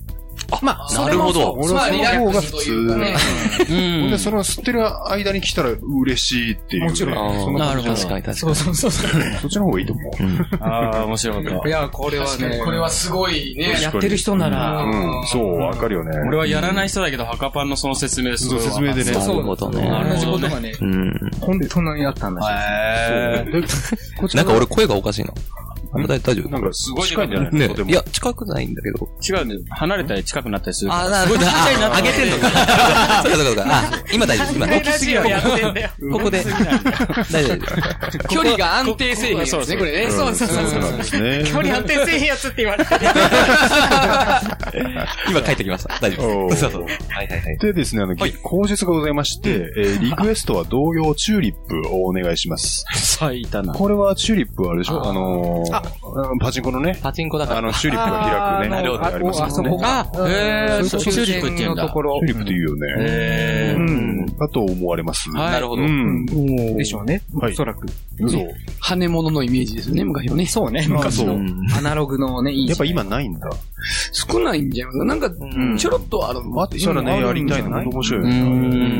[SPEAKER 5] まあ、そ
[SPEAKER 1] な
[SPEAKER 5] れ
[SPEAKER 1] る
[SPEAKER 5] も
[SPEAKER 1] ほど。
[SPEAKER 2] 俺はその方が普通。
[SPEAKER 4] ね
[SPEAKER 2] ほんで、それを吸ってる間に来たら嬉しいっていうね。もちろそんな
[SPEAKER 1] なるほど。確かに確かに。
[SPEAKER 2] そっちの方がいいと思う。
[SPEAKER 10] ああ、面白かっ
[SPEAKER 5] いや、これはね、
[SPEAKER 4] これはすごいね。
[SPEAKER 5] やってる人なら、
[SPEAKER 2] うん、そう、わかるよね。
[SPEAKER 10] た。俺はやらない人だけど、墓パンのその説明です
[SPEAKER 2] そ
[SPEAKER 10] ご
[SPEAKER 2] う、
[SPEAKER 10] いわ
[SPEAKER 2] 説明でね。
[SPEAKER 1] なるほどね。
[SPEAKER 5] 同じことがね、
[SPEAKER 1] うん。
[SPEAKER 5] 本当にあったんだ
[SPEAKER 10] へ
[SPEAKER 1] なんか俺声がおかしいな。あ大大丈
[SPEAKER 2] なん
[SPEAKER 1] 夫
[SPEAKER 2] か、すごい
[SPEAKER 10] 近いんじゃない
[SPEAKER 1] ね
[SPEAKER 2] とても
[SPEAKER 1] いや、近くないんだけど。
[SPEAKER 10] ー違うんだよ。離れたり近くなったりする。
[SPEAKER 1] あ、なるほど。あ、上げてんの か。そうかそうかそうか。あ、今大丈夫です。今。
[SPEAKER 10] 大きすぎるやってんだよ。
[SPEAKER 1] ここで。大丈夫です。
[SPEAKER 4] 距離が安定せえへんやつね、これね。そうそうそう
[SPEAKER 2] そうなんですね。
[SPEAKER 10] 距離安定せえへんやつって言われて。
[SPEAKER 1] 今帰ってきました。大丈夫
[SPEAKER 2] お
[SPEAKER 1] で
[SPEAKER 2] ー
[SPEAKER 1] す。そうそう。はいはいはい。
[SPEAKER 2] でですね、あの、口述がございまして、えーリクエストは同様チューリップをお願いします。
[SPEAKER 10] 咲いたな。
[SPEAKER 2] これはチューリップはあれでしょあのー、パチンコのね、
[SPEAKER 1] パチンコだか
[SPEAKER 2] あ
[SPEAKER 1] ら。
[SPEAKER 2] の、チューリップが開くね。
[SPEAKER 5] あ
[SPEAKER 2] る
[SPEAKER 5] の
[SPEAKER 2] ありますよね。チュ
[SPEAKER 5] あ、
[SPEAKER 10] へー
[SPEAKER 5] 中心のところ
[SPEAKER 2] ーリップというよね。
[SPEAKER 10] え
[SPEAKER 2] う
[SPEAKER 10] ー。
[SPEAKER 2] ん。だと思われます。
[SPEAKER 1] なるほど
[SPEAKER 2] う。ん。
[SPEAKER 5] でしょうね。
[SPEAKER 2] はい
[SPEAKER 5] おそらく。
[SPEAKER 2] そう。
[SPEAKER 4] 跳ね物のイメージですよね、昔のね。そうね。
[SPEAKER 2] 昔の
[SPEAKER 5] アナログのね、いい
[SPEAKER 2] やっぱ今ないんだ。
[SPEAKER 4] 少ないんじゃないなんか、ちょろっとある。も
[SPEAKER 2] あったらね、やりたいの本当面白いよね。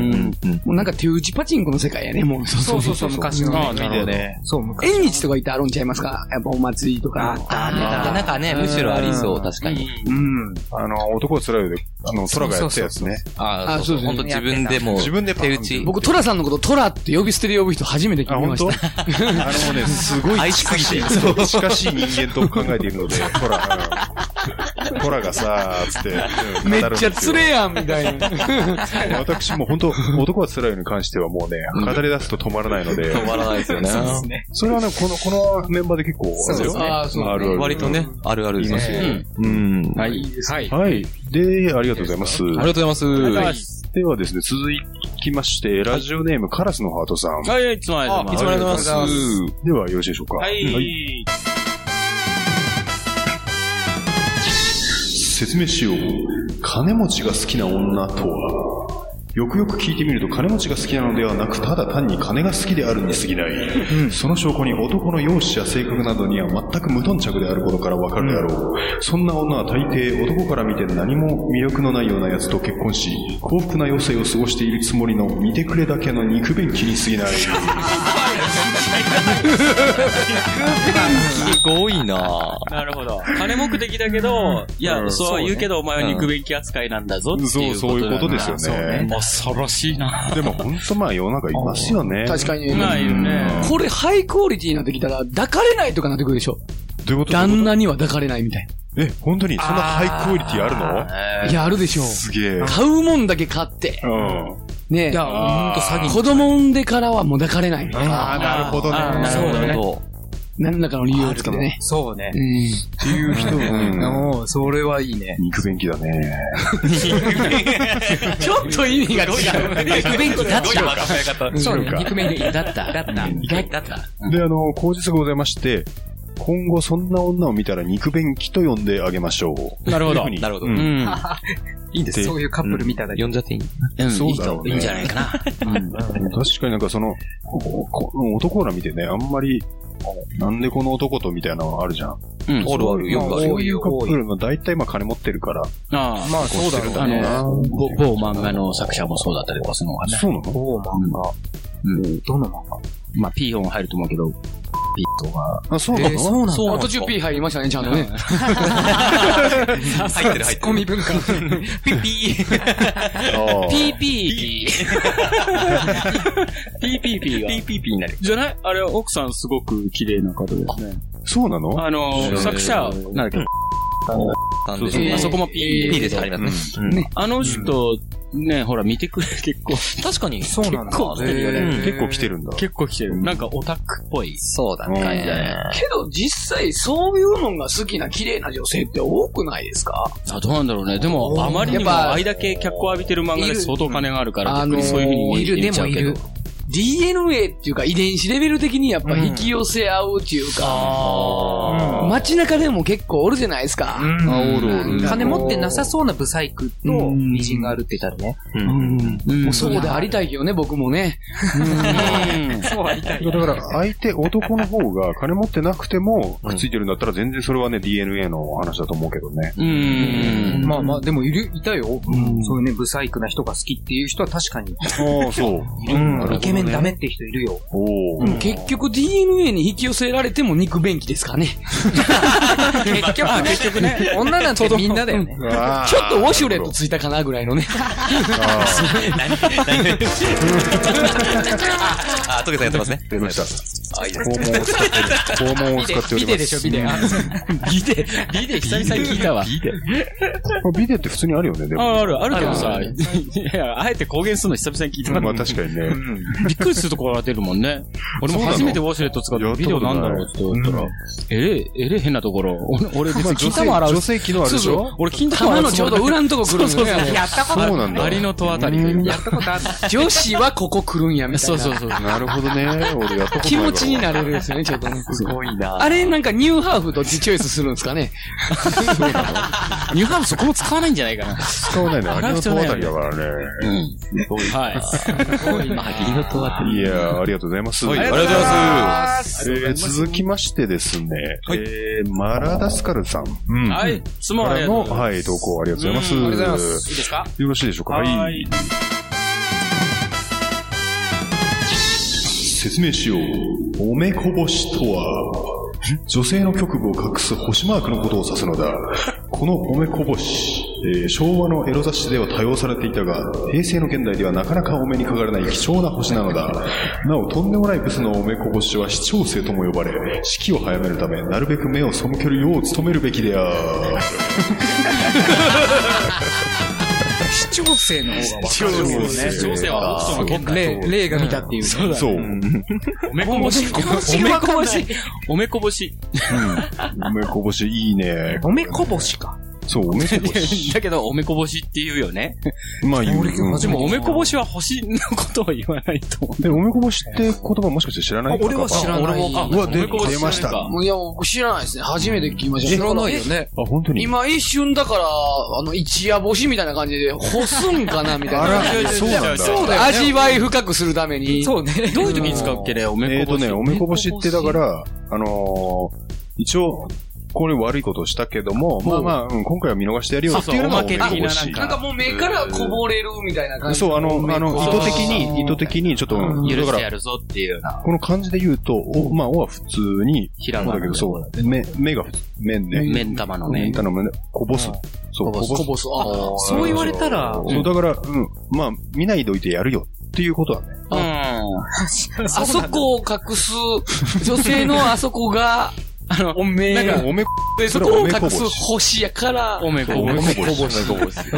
[SPEAKER 4] うなんか手打ちパチンコの世界やね、もう。そうそうそう、昔の。
[SPEAKER 10] ああ、なるほど。
[SPEAKER 5] そう、昔。
[SPEAKER 4] 縁日とか行ってあるんちゃいますかやっぱお祭りとか。
[SPEAKER 1] あーなんかなんかね、むしろありそう、確かに。
[SPEAKER 2] うん。あの、男は辛いよで、あの、空がやったやつね。
[SPEAKER 1] ああ、そうそう。ほんと自分でもう、
[SPEAKER 2] 自分でパン
[SPEAKER 1] 手打ち。
[SPEAKER 4] 僕、トラさんのことトラって呼び捨てで呼ぶ人初めて聞き
[SPEAKER 2] あ、本
[SPEAKER 4] まし
[SPEAKER 2] 当？
[SPEAKER 4] た
[SPEAKER 2] あ。のね、すごい近しい、そう近しい人間と考えているので、ほら、うんほらがさ、つって、うん
[SPEAKER 4] めっ
[SPEAKER 2] 語るんです
[SPEAKER 4] ち
[SPEAKER 2] よ
[SPEAKER 4] ゃつれやん、みたいな。
[SPEAKER 2] 私も本当、男は辛いよに関してはもうね、語り出すと止まらないので、
[SPEAKER 1] 止まらないですよね。
[SPEAKER 2] それはね、この、このメンバーで結構、あれだよ
[SPEAKER 4] ああ、そう
[SPEAKER 2] あるある。
[SPEAKER 1] 割とね、あるあるですね。
[SPEAKER 2] うん。
[SPEAKER 10] はい。はい。
[SPEAKER 2] はい。で、ありがとうございます。
[SPEAKER 1] ありがとうございます。
[SPEAKER 10] ありがとうございます。
[SPEAKER 2] ではですね、続きまして、ラジオネーム、カラスのハートさん。
[SPEAKER 3] はい、はい、いつもありがとうございます。
[SPEAKER 2] ありがとうございます。では、よろしいでしょうか。
[SPEAKER 3] はい。
[SPEAKER 2] 説明しよう。金持ちが好きな女とはよくよく聞いてみると金持ちが好きなのではなくただ単に金が好きであるに過ぎない、その証拠に男の容姿や性格などには全く無頓着であることからわかるであろう、そんな女は大抵男から見て何も魅力のないようなやつと結婚し幸福な余生を過ごしているつもりの見てくれだけの肉便器に過ぎない
[SPEAKER 1] すごいな
[SPEAKER 3] なるほど。金目的だけど、いや、
[SPEAKER 2] うん
[SPEAKER 3] そうは言うけど、お前は肉便器扱いなんだぞっていうこと
[SPEAKER 2] そうそういう
[SPEAKER 3] なんだ
[SPEAKER 2] ことですよね
[SPEAKER 3] そう恐ろしいな。
[SPEAKER 2] でも本当まあ世の中いますよね
[SPEAKER 4] 確かに。
[SPEAKER 3] まあ、いるね。
[SPEAKER 4] これハイクオリティになってきたら、抱かれないとかなってくるでしょ。
[SPEAKER 2] どういうこと
[SPEAKER 4] 旦那には抱かれないみたい
[SPEAKER 2] え本当にそんなハイクオリティあるの
[SPEAKER 4] な。いや、あるでしょう。
[SPEAKER 2] すげえ
[SPEAKER 4] 買うもんだけ買って。
[SPEAKER 2] うん
[SPEAKER 4] ねえ。
[SPEAKER 1] いや、ほんと詐欺。
[SPEAKER 4] 子供産んでからはもう抱かれない。
[SPEAKER 2] ああ、なるほどね。
[SPEAKER 10] あーなるほどね
[SPEAKER 1] ど。
[SPEAKER 4] 何らかの理由をつけてね。
[SPEAKER 10] そうね。
[SPEAKER 4] う
[SPEAKER 10] っ
[SPEAKER 4] ん。
[SPEAKER 10] ていう人
[SPEAKER 2] うん
[SPEAKER 10] も、それはいいね。
[SPEAKER 2] 肉便器だね。
[SPEAKER 4] ちょっと意味が違う。
[SPEAKER 5] 肉便器だっ
[SPEAKER 6] どういうまとめ方
[SPEAKER 5] た。そう、肉便器だった。だった。だった。
[SPEAKER 2] で、あの、口実がございまして、今後そんな女を見たら肉便器と呼んであげましょう。
[SPEAKER 3] なるほど
[SPEAKER 2] というふうに
[SPEAKER 1] なるほど
[SPEAKER 2] う
[SPEAKER 3] うんん。
[SPEAKER 2] いいんです
[SPEAKER 10] そういうカップル見ただけ。
[SPEAKER 1] 呼んじゃっていい
[SPEAKER 5] うん、
[SPEAKER 2] そう
[SPEAKER 5] いい
[SPEAKER 2] だろう
[SPEAKER 5] と、
[SPEAKER 2] ね
[SPEAKER 5] いいんじゃないかな。
[SPEAKER 2] 確かになんかその、ここ男ら見てね、あんまり、なんでこの男とみたいなのあるじゃん。
[SPEAKER 3] うん。
[SPEAKER 1] あるある、よくある。
[SPEAKER 2] そういうカップルの大体まあ金持ってるから、
[SPEAKER 3] ああ。
[SPEAKER 10] まあ、そうだろう
[SPEAKER 3] あ
[SPEAKER 10] ね。
[SPEAKER 3] の、ぼ某漫画の作者もそうだったりとかするのかね。
[SPEAKER 2] そうなの
[SPEAKER 10] 某漫画。
[SPEAKER 3] うん。
[SPEAKER 10] どの漫画
[SPEAKER 3] まあ、ピーヨン入ると思うけど、ピーとか。
[SPEAKER 2] あ、そうなの
[SPEAKER 4] そうなん
[SPEAKER 1] だ
[SPEAKER 4] だ。途中 P 入りましたね、ちゃんと ね。
[SPEAKER 6] 入ってる入ってる。
[SPEAKER 4] ミ文化。
[SPEAKER 3] ピーピー。
[SPEAKER 2] あ
[SPEAKER 3] ピ
[SPEAKER 2] ー
[SPEAKER 3] ーピー。 ピーピーピーが。
[SPEAKER 6] ピーピーピーになる。
[SPEAKER 3] じゃないあれ、奥さんすごく綺麗な方ですね。
[SPEAKER 2] そうなの
[SPEAKER 3] あの、作者、なんだっけ、
[SPEAKER 2] そうそう
[SPEAKER 4] えー
[SPEAKER 3] あそこもピー。
[SPEAKER 1] いいです、ありますね。
[SPEAKER 3] あの人、ね、ほら、見てくれ、結構、
[SPEAKER 1] 確かに。
[SPEAKER 10] そうなんだ。
[SPEAKER 3] 結構来てるよね
[SPEAKER 2] うん結構来てるんだ。
[SPEAKER 3] 結構来てる。なんかオタクっぽい。
[SPEAKER 1] そうだ
[SPEAKER 2] うん
[SPEAKER 1] ね。
[SPEAKER 4] けど実際そういうのが好きな綺麗な女性って多くないですか
[SPEAKER 3] さあ、どうなんだろうね。でも、あまりにも、あいだけ脚光浴びてる漫画で相当金があるから、逆にそういうふうに見え
[SPEAKER 5] いる、
[SPEAKER 3] 見え
[SPEAKER 5] で
[SPEAKER 3] ちゃ
[SPEAKER 5] も
[SPEAKER 3] う
[SPEAKER 5] い
[SPEAKER 3] けど
[SPEAKER 5] る。。
[SPEAKER 4] ?DNA っていうか遺伝子レベル的にやっぱ引き寄せ合うっていうか、街中でも結構おるじゃないですか。
[SPEAKER 2] あ、おるおる。
[SPEAKER 5] 金持ってなさそうなブサイクと美人があるって言ったらね。
[SPEAKER 3] うん
[SPEAKER 4] そうでありたいけどね、僕もね。
[SPEAKER 2] だから、相手、男の方が金持ってなくても、くっついてるんだったら、全然それはね、DNA の話だと思うけどね。
[SPEAKER 3] うん。
[SPEAKER 10] まあまあ、でもいる、いたよ。そういうね、ブサイクな人が好きっていう人は確かに。
[SPEAKER 2] ああ、そう。
[SPEAKER 10] うん
[SPEAKER 5] イケメンダメって。
[SPEAKER 10] て人いるよ。
[SPEAKER 2] おー。
[SPEAKER 4] 結局 DNA に引き寄せられても肉便器ですから ね。
[SPEAKER 5] 結局ね、結局ね、女なんてみんなだよね。
[SPEAKER 2] あー
[SPEAKER 4] ちょっとウォシュレットついたかなぐらいのね。
[SPEAKER 2] あー
[SPEAKER 6] あ、トゲさんやってますね。
[SPEAKER 2] 出ました。肛門を使って、肛門を使っております。ビデでしょ、ビデ。
[SPEAKER 3] ビデ、ビデ久々に聞いたわ。
[SPEAKER 2] ビデって普通にあるよね、でも。
[SPEAKER 3] あ、ある、あるけどさ、いや、あえて公言するの久々に聞いた。
[SPEAKER 2] まあ確かにね。
[SPEAKER 3] びっくりするところが出るもんね。俺も
[SPEAKER 2] そうなの
[SPEAKER 3] 初めてウォシュレット使って
[SPEAKER 2] やった
[SPEAKER 3] ビ
[SPEAKER 2] こ
[SPEAKER 3] デ
[SPEAKER 2] と
[SPEAKER 3] オ
[SPEAKER 2] ない
[SPEAKER 3] なんだろうって言ったら、えれ、えれ変なところ。俺、俺別に金玉洗う
[SPEAKER 2] 女。性機能あるでしょ
[SPEAKER 3] 俺、金玉
[SPEAKER 4] 玉
[SPEAKER 3] 洗う。
[SPEAKER 4] のちょうど裏のとこ来るんだよね。
[SPEAKER 5] やったこ
[SPEAKER 2] そうなんだ。
[SPEAKER 3] バリの戸あたりというか。
[SPEAKER 4] 女子はここ来るんや、みたい
[SPEAKER 3] そう
[SPEAKER 4] な。
[SPEAKER 3] そうそう。
[SPEAKER 2] なるほどね。俺やったことないわ。
[SPEAKER 4] 気持ちになれるん ですよね、ちょっとね。すごいなあれ、なんかニューハーフどっちチョイスするんですか ね。
[SPEAKER 3] ニューハーブそこも使わないんじゃないかな。
[SPEAKER 2] 使わないの。ありのとあたりだからね。
[SPEAKER 3] はい。
[SPEAKER 2] いやーありがとうございます。
[SPEAKER 6] はい、ありがとうございます。
[SPEAKER 2] えー続きましてですね、えーマラダスカルさんか
[SPEAKER 3] はい。質問あり
[SPEAKER 2] ら
[SPEAKER 3] がとう
[SPEAKER 2] の、
[SPEAKER 3] ございます。
[SPEAKER 2] はい、投稿ありがとうございます。
[SPEAKER 3] うん
[SPEAKER 2] あ
[SPEAKER 3] ありがとうござい
[SPEAKER 2] ます。
[SPEAKER 3] いいですか
[SPEAKER 2] よろしいでしょうか。はい。説明しよう。おめこぼしとは、女性の局部を隠す星マークのことを指すのだ。このおめこぼし、えー昭和のエロ雑誌では多用されていたが、平成の現代ではなかなかお目にかからない貴重な星なのだ。なお、とんでもないブスのおめこぼしは視聴生とも呼ばれ、式を早めるため、なるべく目を背けるよう努めるべきである。
[SPEAKER 5] 市長生の方が
[SPEAKER 2] そう
[SPEAKER 3] ね視聴生は北斗の
[SPEAKER 5] 分かる。例、例が見たっていう。そう
[SPEAKER 2] そう。
[SPEAKER 3] おめこぼし。おめこぼし。おめこぼし。
[SPEAKER 2] 梅こぼしいいね。
[SPEAKER 5] おめこぼしか。
[SPEAKER 2] そう、おめこぼし。
[SPEAKER 3] だけど、おめこぼしって言うよね。
[SPEAKER 2] まあ言う。うん
[SPEAKER 3] でも、おめこぼしは星のことは言わないと思う。
[SPEAKER 2] で、おめこぼしって言葉もしかして知らない
[SPEAKER 5] 俺は知らない。
[SPEAKER 2] うわ、で、出ました。あ、
[SPEAKER 4] もういや、僕知らないですね。初めて聞きました。
[SPEAKER 5] 知らないよ
[SPEAKER 4] え。
[SPEAKER 5] ね。
[SPEAKER 2] 本当に。
[SPEAKER 4] 今一瞬だから、あの、一夜干しみたいな感じで、干すんかなみたい
[SPEAKER 2] あ
[SPEAKER 4] な。
[SPEAKER 2] ら、そうなんだ。
[SPEAKER 4] そうだよね味わい深くするために。
[SPEAKER 5] そうね。
[SPEAKER 3] どういう時に使うっけね、お
[SPEAKER 2] え
[SPEAKER 3] め
[SPEAKER 2] ー
[SPEAKER 3] こぼ
[SPEAKER 2] と
[SPEAKER 3] し。
[SPEAKER 2] ね、おめこぼしってだから、あのー、一応、これ悪いことをしたけども、まあまあ、うん今回は見逃してやるよっていうのがおめこぼし。
[SPEAKER 4] なんかもう目からこぼれるみたいな感じ。
[SPEAKER 2] そう、あの、あの、意図的に、意図的に、ちょっと、うん
[SPEAKER 3] 許
[SPEAKER 2] だ
[SPEAKER 3] し
[SPEAKER 2] か
[SPEAKER 3] てや
[SPEAKER 2] ら、
[SPEAKER 3] るぞっていうような。
[SPEAKER 2] この漢字で言うと、お、まあ、おは普通に、
[SPEAKER 3] ひらがな
[SPEAKER 2] だけど、そう、目、目が、目ね。
[SPEAKER 3] 目ん玉のね
[SPEAKER 2] 目。の目ね、こぼす。そう、こぼす。
[SPEAKER 4] こぼす。あー
[SPEAKER 5] そう言われたら、
[SPEAKER 2] そう、だから、うん、まあ、見ないでおいてやるよっていうことはね。
[SPEAKER 3] うん。
[SPEAKER 4] あそこを隠す、女性 のあそこが、あの、おめえ
[SPEAKER 2] なんか、おめこ
[SPEAKER 4] で、
[SPEAKER 2] そ
[SPEAKER 4] そ
[SPEAKER 2] れ
[SPEAKER 4] こを
[SPEAKER 2] おめこぼ
[SPEAKER 4] 隠
[SPEAKER 2] し
[SPEAKER 4] す星やから、
[SPEAKER 3] おめこぼし。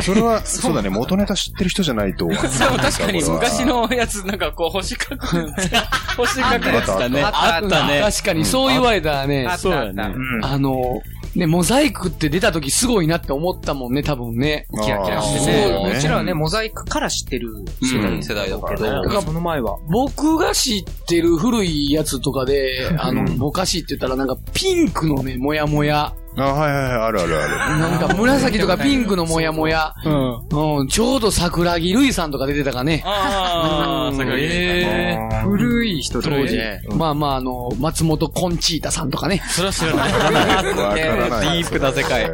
[SPEAKER 2] それは、そうだね、元ネタ知ってる人じゃないと。
[SPEAKER 3] そう、確かに
[SPEAKER 2] これは
[SPEAKER 3] 昔のやつ、なんかこう、星書く、星書くやつだね。あったね。
[SPEAKER 4] 確かにそう言われたらね、
[SPEAKER 3] そうだね。
[SPEAKER 4] あの、ね、モザイクって出た時すごいなって思ったもんね、多分ね。
[SPEAKER 2] キラ
[SPEAKER 5] いや
[SPEAKER 3] してね
[SPEAKER 5] そううちらはね、
[SPEAKER 2] も
[SPEAKER 5] モザイクから知ってる
[SPEAKER 6] うん世代だからね。
[SPEAKER 5] けど、その前は。
[SPEAKER 4] 僕が知ってる古いやつとかで、あの、ぼかしって言ったらなんかピンクのね、もやもや。
[SPEAKER 2] あ、はいはいはい、あるあるある。
[SPEAKER 4] なんか紫とかピンクのもやもや。うん。ちょうど桜木類さんとか出てたかね。
[SPEAKER 3] ああ、それがいいね。
[SPEAKER 5] 古い人
[SPEAKER 4] 当時。まあまあ、あの、松本コンチータさんとかね。
[SPEAKER 3] それは知らない。
[SPEAKER 2] わからない。
[SPEAKER 6] ディープな世界。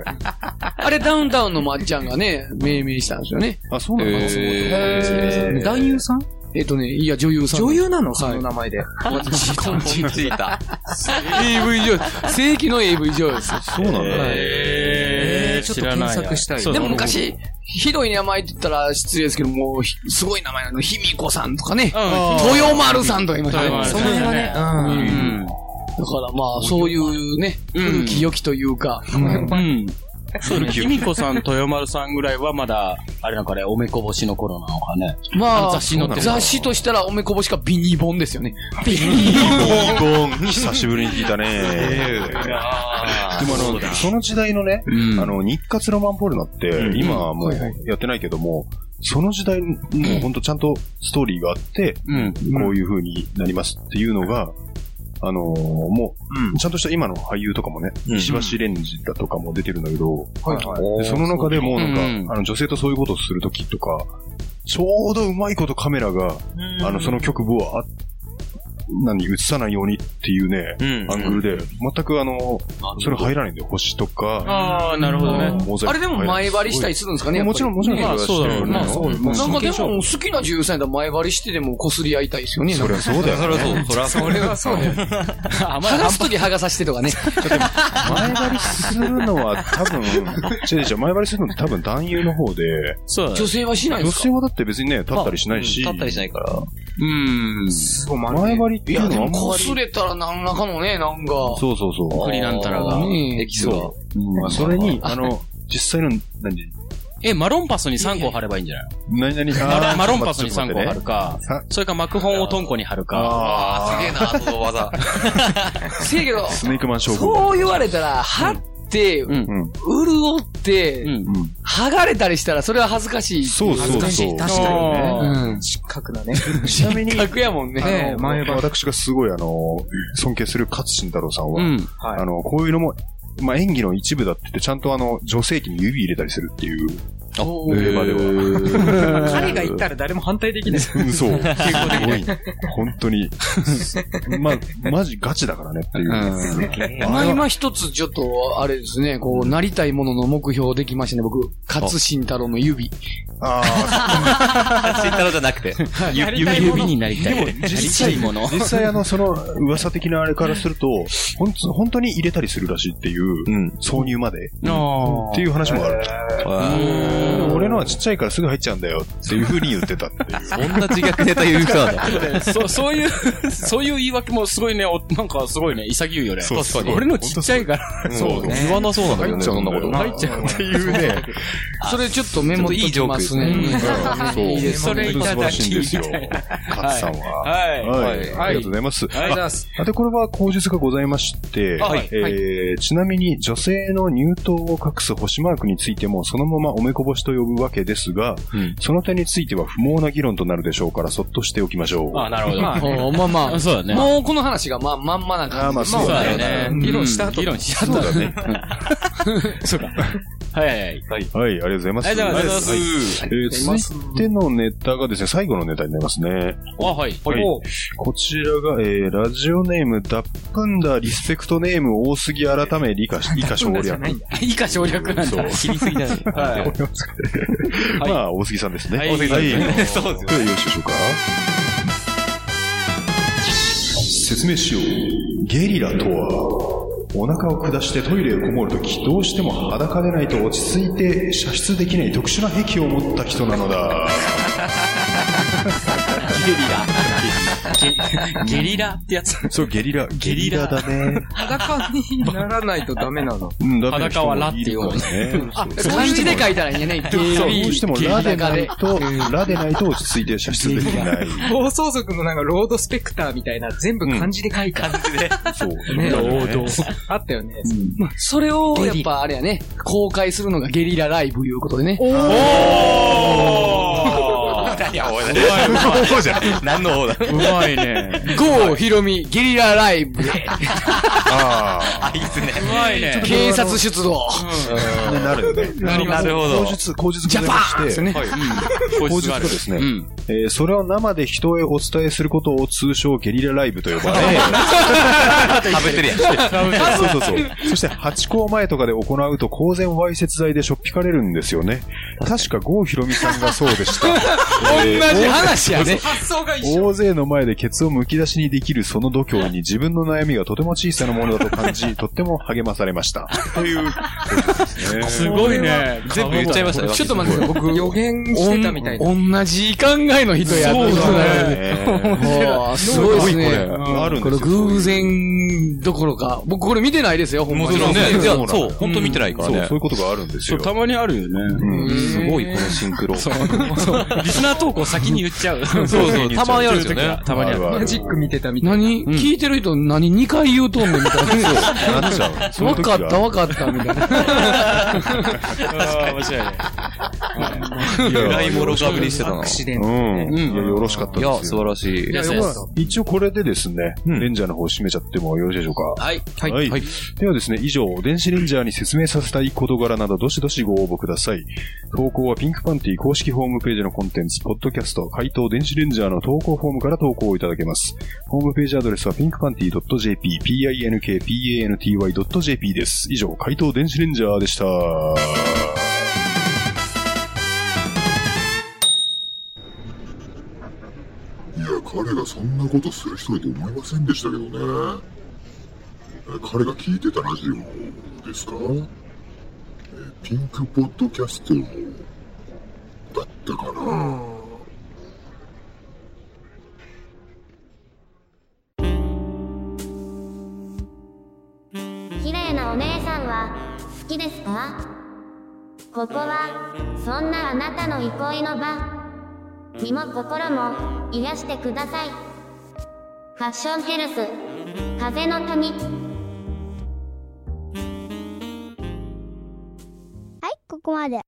[SPEAKER 4] あれ、ダウンタウンのまっちゃんがね、命名したんですよね。
[SPEAKER 2] あ、そうなんだ。
[SPEAKER 5] えー男優さん
[SPEAKER 4] えっとね、いや、女優さん。
[SPEAKER 5] 女優なのそ
[SPEAKER 4] はい
[SPEAKER 5] の名前で。
[SPEAKER 4] 私、コンチー
[SPEAKER 6] ついた。
[SPEAKER 4] タ。AV 女優。正規の AV 女優です。
[SPEAKER 2] そうなんだ。
[SPEAKER 3] え
[SPEAKER 5] ちょっと検索したい。
[SPEAKER 3] そ う
[SPEAKER 4] でも昔、ひどい名前って言ったら失礼ですけど、もうひ、すごい名前なの。ひみこさんとかね。豊丸さんとかいましたね。だ
[SPEAKER 3] 豊丸
[SPEAKER 4] か
[SPEAKER 5] その辺はね、うん。
[SPEAKER 4] らまあ、そういうね、
[SPEAKER 3] ん
[SPEAKER 4] 古き良きというか、
[SPEAKER 3] うん。そうね、ひみこさん、豊丸さんぐらいはまだ、あれなんかね、おめこぼしの頃なのかね。
[SPEAKER 4] まあ、
[SPEAKER 3] 雑誌載ってる
[SPEAKER 4] 雑誌としたらおめこぼしかビニボンですよね。ビ
[SPEAKER 2] リ
[SPEAKER 4] ニ
[SPEAKER 2] ボン、久しぶりに聞いたね。でもあの、その時代のね、
[SPEAKER 3] うん
[SPEAKER 2] あの、日活ロマンポルノって、今はもうやってないけども、その時代の、もうほんとちゃんとストーリーがあって、
[SPEAKER 3] うん。
[SPEAKER 2] こういう風になりますっていうのが、あのーもう、ちゃんとした今の俳優とかもね、石橋レンジだとかも出てるんだけど、でその中でもうなんか、
[SPEAKER 3] うん
[SPEAKER 2] あの女性とそういうことをするときとか、ちょうどうまいことカメラが、あの、その局部をあ、何、映さないようにっていうね、
[SPEAKER 6] うん
[SPEAKER 2] アングルで、全くあの、それ入らないんだよ、星とか、
[SPEAKER 3] ああ、なるほどね。
[SPEAKER 2] モザイク
[SPEAKER 4] あれでも前張りしたりするんですかね。
[SPEAKER 2] もちろん、もちろん、
[SPEAKER 4] やっぱりね
[SPEAKER 2] そうだろうね
[SPEAKER 3] まあ
[SPEAKER 2] そうだ
[SPEAKER 4] なんかでも、好きな女優さんやったら前張りしてでも擦り合いたいですよね。
[SPEAKER 2] そりゃそうだよ。
[SPEAKER 6] それはそう、それはそう。
[SPEAKER 3] あま
[SPEAKER 4] 剥がすとき剥がさせてとかね。
[SPEAKER 2] 前張りするのは多分、違う違う、前張りするのって多分男優の方で、
[SPEAKER 3] そうだね
[SPEAKER 4] 女性はしないん
[SPEAKER 2] 女
[SPEAKER 4] ですか
[SPEAKER 2] 性はだって別にね、立ったりしないし、
[SPEAKER 6] 立ったりしないから。
[SPEAKER 3] うん。
[SPEAKER 2] 前張りって
[SPEAKER 4] い
[SPEAKER 2] いう
[SPEAKER 4] や、で
[SPEAKER 2] のはあ
[SPEAKER 4] も
[SPEAKER 2] んまり
[SPEAKER 4] 擦、れたら何らかのね、なんか。
[SPEAKER 2] そうそうそう。
[SPEAKER 3] クリなんたらが。
[SPEAKER 4] ね
[SPEAKER 6] エキスが。
[SPEAKER 2] うんまあそれに、あの、実際の、何、
[SPEAKER 3] え、マロンパスに3個貼ればいいんじゃない
[SPEAKER 2] 何々、
[SPEAKER 3] マロ
[SPEAKER 2] あ
[SPEAKER 3] ン
[SPEAKER 2] ー
[SPEAKER 3] マロンパスに
[SPEAKER 2] ちょっ
[SPEAKER 3] 3
[SPEAKER 2] と
[SPEAKER 3] 個
[SPEAKER 2] 待って
[SPEAKER 3] 貼る
[SPEAKER 2] ね
[SPEAKER 3] か
[SPEAKER 2] さ、
[SPEAKER 3] それか幕本をトンコに貼るか。
[SPEAKER 2] あ
[SPEAKER 6] ああ、すげえな、その技。
[SPEAKER 4] せやけど
[SPEAKER 2] ー、スネークマン症候
[SPEAKER 4] そう言われたら、貼って、
[SPEAKER 3] ん
[SPEAKER 2] 群。うん。
[SPEAKER 4] 潤って
[SPEAKER 3] う、ん。
[SPEAKER 2] うん。
[SPEAKER 4] 剥がれたりしたら、それは恥ずかしい。
[SPEAKER 2] そうそうそう。
[SPEAKER 5] 確かにね。
[SPEAKER 3] あー
[SPEAKER 4] うん。
[SPEAKER 5] 失格だね。
[SPEAKER 2] ちなみに、
[SPEAKER 4] 楽やもん
[SPEAKER 2] あの
[SPEAKER 4] ね。
[SPEAKER 2] 前は私がすごいあの、尊敬する勝新太郎さんは、
[SPEAKER 3] うん。
[SPEAKER 2] あの、こういうのも、まあ、演技の一部だって言って、ちゃんとあの、女性器に指入れたりするっていう、
[SPEAKER 4] そう
[SPEAKER 2] までは。
[SPEAKER 5] 彼が言ったら誰も反対できない。
[SPEAKER 2] うんそう。結構すごい。本当に。 まあ、マジガチだからねっていう。
[SPEAKER 4] まあ今一つちょっと、あれですね、こう、なりたいものの目標できましたね、僕。勝新太郎の指。
[SPEAKER 2] ああ、
[SPEAKER 6] 慎太郎じゃなくて。
[SPEAKER 3] 指指になりたい。
[SPEAKER 2] 実際
[SPEAKER 3] なりたいもの。
[SPEAKER 2] 実際あの、その、噂的なあれからすると、ほんつ本当に入れたりするらしいっていう、挿入まで、っていう話もある。
[SPEAKER 6] あー
[SPEAKER 2] 俺のはちっちゃいからすぐ入っちゃうんだよっていう風に言ってたっていう。
[SPEAKER 1] そんな自虐ネタ言うかだ。
[SPEAKER 3] そそういう、 そういう言い訳もすごいね、おなんかすごいね、潔いよね。
[SPEAKER 2] そうそう
[SPEAKER 3] 確かに俺のちっちゃいから。
[SPEAKER 2] そう
[SPEAKER 1] うん言わなそうなんだけど
[SPEAKER 2] 入っ
[SPEAKER 1] ね、
[SPEAKER 2] ちゃ
[SPEAKER 1] そ
[SPEAKER 2] うんん
[SPEAKER 1] な
[SPEAKER 2] だ
[SPEAKER 1] こ
[SPEAKER 2] よ
[SPEAKER 1] と。
[SPEAKER 2] な。入っちゃうっていうね。
[SPEAKER 4] それちょっとメモっときます
[SPEAKER 1] ちょっと
[SPEAKER 4] ね。
[SPEAKER 2] そう。
[SPEAKER 3] いいですそれい
[SPEAKER 2] 本当に素
[SPEAKER 3] ただき
[SPEAKER 2] 晴らしいんですよ。カツさんは。
[SPEAKER 3] はい。
[SPEAKER 2] はい。ありがとうございます。あで、これは口述がございまして、
[SPEAKER 3] はい
[SPEAKER 2] えーちなみに女性の乳頭を隠す星マークについてもそのままおめこぼしと呼ぶわけですが、
[SPEAKER 1] うん
[SPEAKER 2] その点については不毛な議論となるでしょうから、そっとしておきましょう。
[SPEAKER 3] あ、なるほど。
[SPEAKER 4] まあまあまあ。
[SPEAKER 3] そうだね。
[SPEAKER 4] もうこの話がまあまんまな
[SPEAKER 2] あーま
[SPEAKER 4] 感
[SPEAKER 2] あ
[SPEAKER 4] じ。
[SPEAKER 2] そう
[SPEAKER 3] そう
[SPEAKER 2] だ
[SPEAKER 3] だ
[SPEAKER 2] ね
[SPEAKER 3] よね。
[SPEAKER 2] うん
[SPEAKER 3] 議論した後。議論した後だね。そうか。はいはいはい。
[SPEAKER 2] はい、ありがとうございます。
[SPEAKER 3] ありがとうございます
[SPEAKER 2] はえー続いてのネタがですね、最後のネタになりますね。
[SPEAKER 3] あ、はい。
[SPEAKER 2] はい
[SPEAKER 3] お
[SPEAKER 2] こちらが、えー、ラジオネーム、ダップンダーリスペクトネーム大杉改め、理科、理科省略。
[SPEAKER 4] 以下省略なんだ。
[SPEAKER 1] 切りすぎだよ。
[SPEAKER 3] はい。
[SPEAKER 2] まあ、大杉さんですね。
[SPEAKER 3] はい
[SPEAKER 2] 大杉さん。
[SPEAKER 3] はい
[SPEAKER 2] そうですよ。よろしいでしょうか。説明しよう。ゲリラとは、お腹を下してトイレへこもるとき、どうしても裸でないと落ち着いて射出できない特殊な癖を持った人なのだ。
[SPEAKER 3] ゲリラってやつ。
[SPEAKER 2] そう、ゲリラ。ゲ
[SPEAKER 3] リラ
[SPEAKER 2] だね。
[SPEAKER 10] 裸にならないとダメなの。
[SPEAKER 2] うん、だ
[SPEAKER 3] 裸はラっていうのね
[SPEAKER 2] ね。
[SPEAKER 4] あ、漢字で書いたらいいんやね。
[SPEAKER 2] そう
[SPEAKER 4] ゲリ
[SPEAKER 2] どうしてもラでないと、ラでないと落ち着いて射出できない。
[SPEAKER 10] 暴走族のなんかロードスペクターみたいな全部漢字で書いた。
[SPEAKER 2] そう。
[SPEAKER 10] ね
[SPEAKER 2] 王道。
[SPEAKER 10] あったよね。
[SPEAKER 4] それを、やっぱあれやね、公開するのがゲリラライブいうことでね。
[SPEAKER 6] いや、おい、おい、じゃない。何の方だ。
[SPEAKER 2] うまいね。
[SPEAKER 4] ゴーヒロミゲリラライブで
[SPEAKER 2] あ
[SPEAKER 6] いいっすね。
[SPEAKER 4] 警察出動。
[SPEAKER 2] あ。ねなるよね。
[SPEAKER 6] なるほど
[SPEAKER 2] 口。述、口述ございまして。口述がですね、えーそれを生で人へお伝えすることを通称ゲリラライブと呼ばれ、
[SPEAKER 6] 食べてるやん。
[SPEAKER 2] そうそうそう。そして、八公前とかで行うと公然わいせつ罪でしょっぴかれるんですよね。確か、郷ひろみさんがそうで した。
[SPEAKER 4] 同じ話やね。
[SPEAKER 2] 大勢の前でケツをむき出しにできるその度胸に自分の悩みがとても小さなものだと感じ、とっても励まされました。 という、
[SPEAKER 3] すご いね。全部言っちゃいましたね。
[SPEAKER 4] ちょっと待ってください、僕。
[SPEAKER 10] 予言してたみたいな。
[SPEAKER 4] 同じ考えの人やってる
[SPEAKER 3] そうだ
[SPEAKER 2] ね
[SPEAKER 4] おーすごいですね。
[SPEAKER 2] これあるん
[SPEAKER 4] こ
[SPEAKER 2] です
[SPEAKER 4] れ
[SPEAKER 2] よ
[SPEAKER 4] 偶然どころか。僕これ見てないですよ、ほんま
[SPEAKER 6] も
[SPEAKER 4] に
[SPEAKER 6] ち。ろんね。いや、そう、本当見てないから
[SPEAKER 2] そう、
[SPEAKER 6] ね
[SPEAKER 2] そうい。うことがあるんですよ。
[SPEAKER 3] まにあるよね。
[SPEAKER 2] すごい、このシンクロ。
[SPEAKER 3] リスナー投稿先に言っちゃう。そう
[SPEAKER 6] そうそう、たまにあるんですよね。
[SPEAKER 2] たまにある。
[SPEAKER 10] マジック見てたみたいな。
[SPEAKER 4] 何聞いてる人何2回言うとんねんみたいな。
[SPEAKER 2] なっちゃう。その
[SPEAKER 4] わ
[SPEAKER 2] 時
[SPEAKER 4] か
[SPEAKER 2] が
[SPEAKER 4] ったわかったみたいな。
[SPEAKER 3] 面白いね。
[SPEAKER 2] いや
[SPEAKER 6] 由来もろかぶりしてた
[SPEAKER 10] ア
[SPEAKER 6] の。
[SPEAKER 10] クシ
[SPEAKER 6] い
[SPEAKER 10] デン
[SPEAKER 2] う
[SPEAKER 10] ト。
[SPEAKER 2] ん。いや、よろしかった
[SPEAKER 6] や、
[SPEAKER 2] です
[SPEAKER 6] 素晴
[SPEAKER 2] よ。
[SPEAKER 6] らしい。
[SPEAKER 2] いやまあ一応これでですね、
[SPEAKER 6] うん
[SPEAKER 2] レンジャーの方締めちゃってもよろしいでしょうか。
[SPEAKER 6] はい。
[SPEAKER 2] はい。ではですね、以上、電子レンジャーに説明させたい事柄など、どしどしご応募ください。投稿はピンクパンティ公式ホームページのコンテンツ、ポッドキャスト、回答電子レンジャーの投稿フォームから投稿をいただけます。ホームページアドレスは pinkpanty.jp、pinkpanty.jp です。以上、回答電子レンジャーでした。
[SPEAKER 11] いや、彼がそんなことする人だと思いませんでしたけどね。え彼が聞いてたラジオですかえピンクポッドキャストだったかな
[SPEAKER 12] 綺麗なお姉さんは好きですかここはそんなあなたの憩いの場身も心も癒してくださいファッションヘルス風の谷はいここまで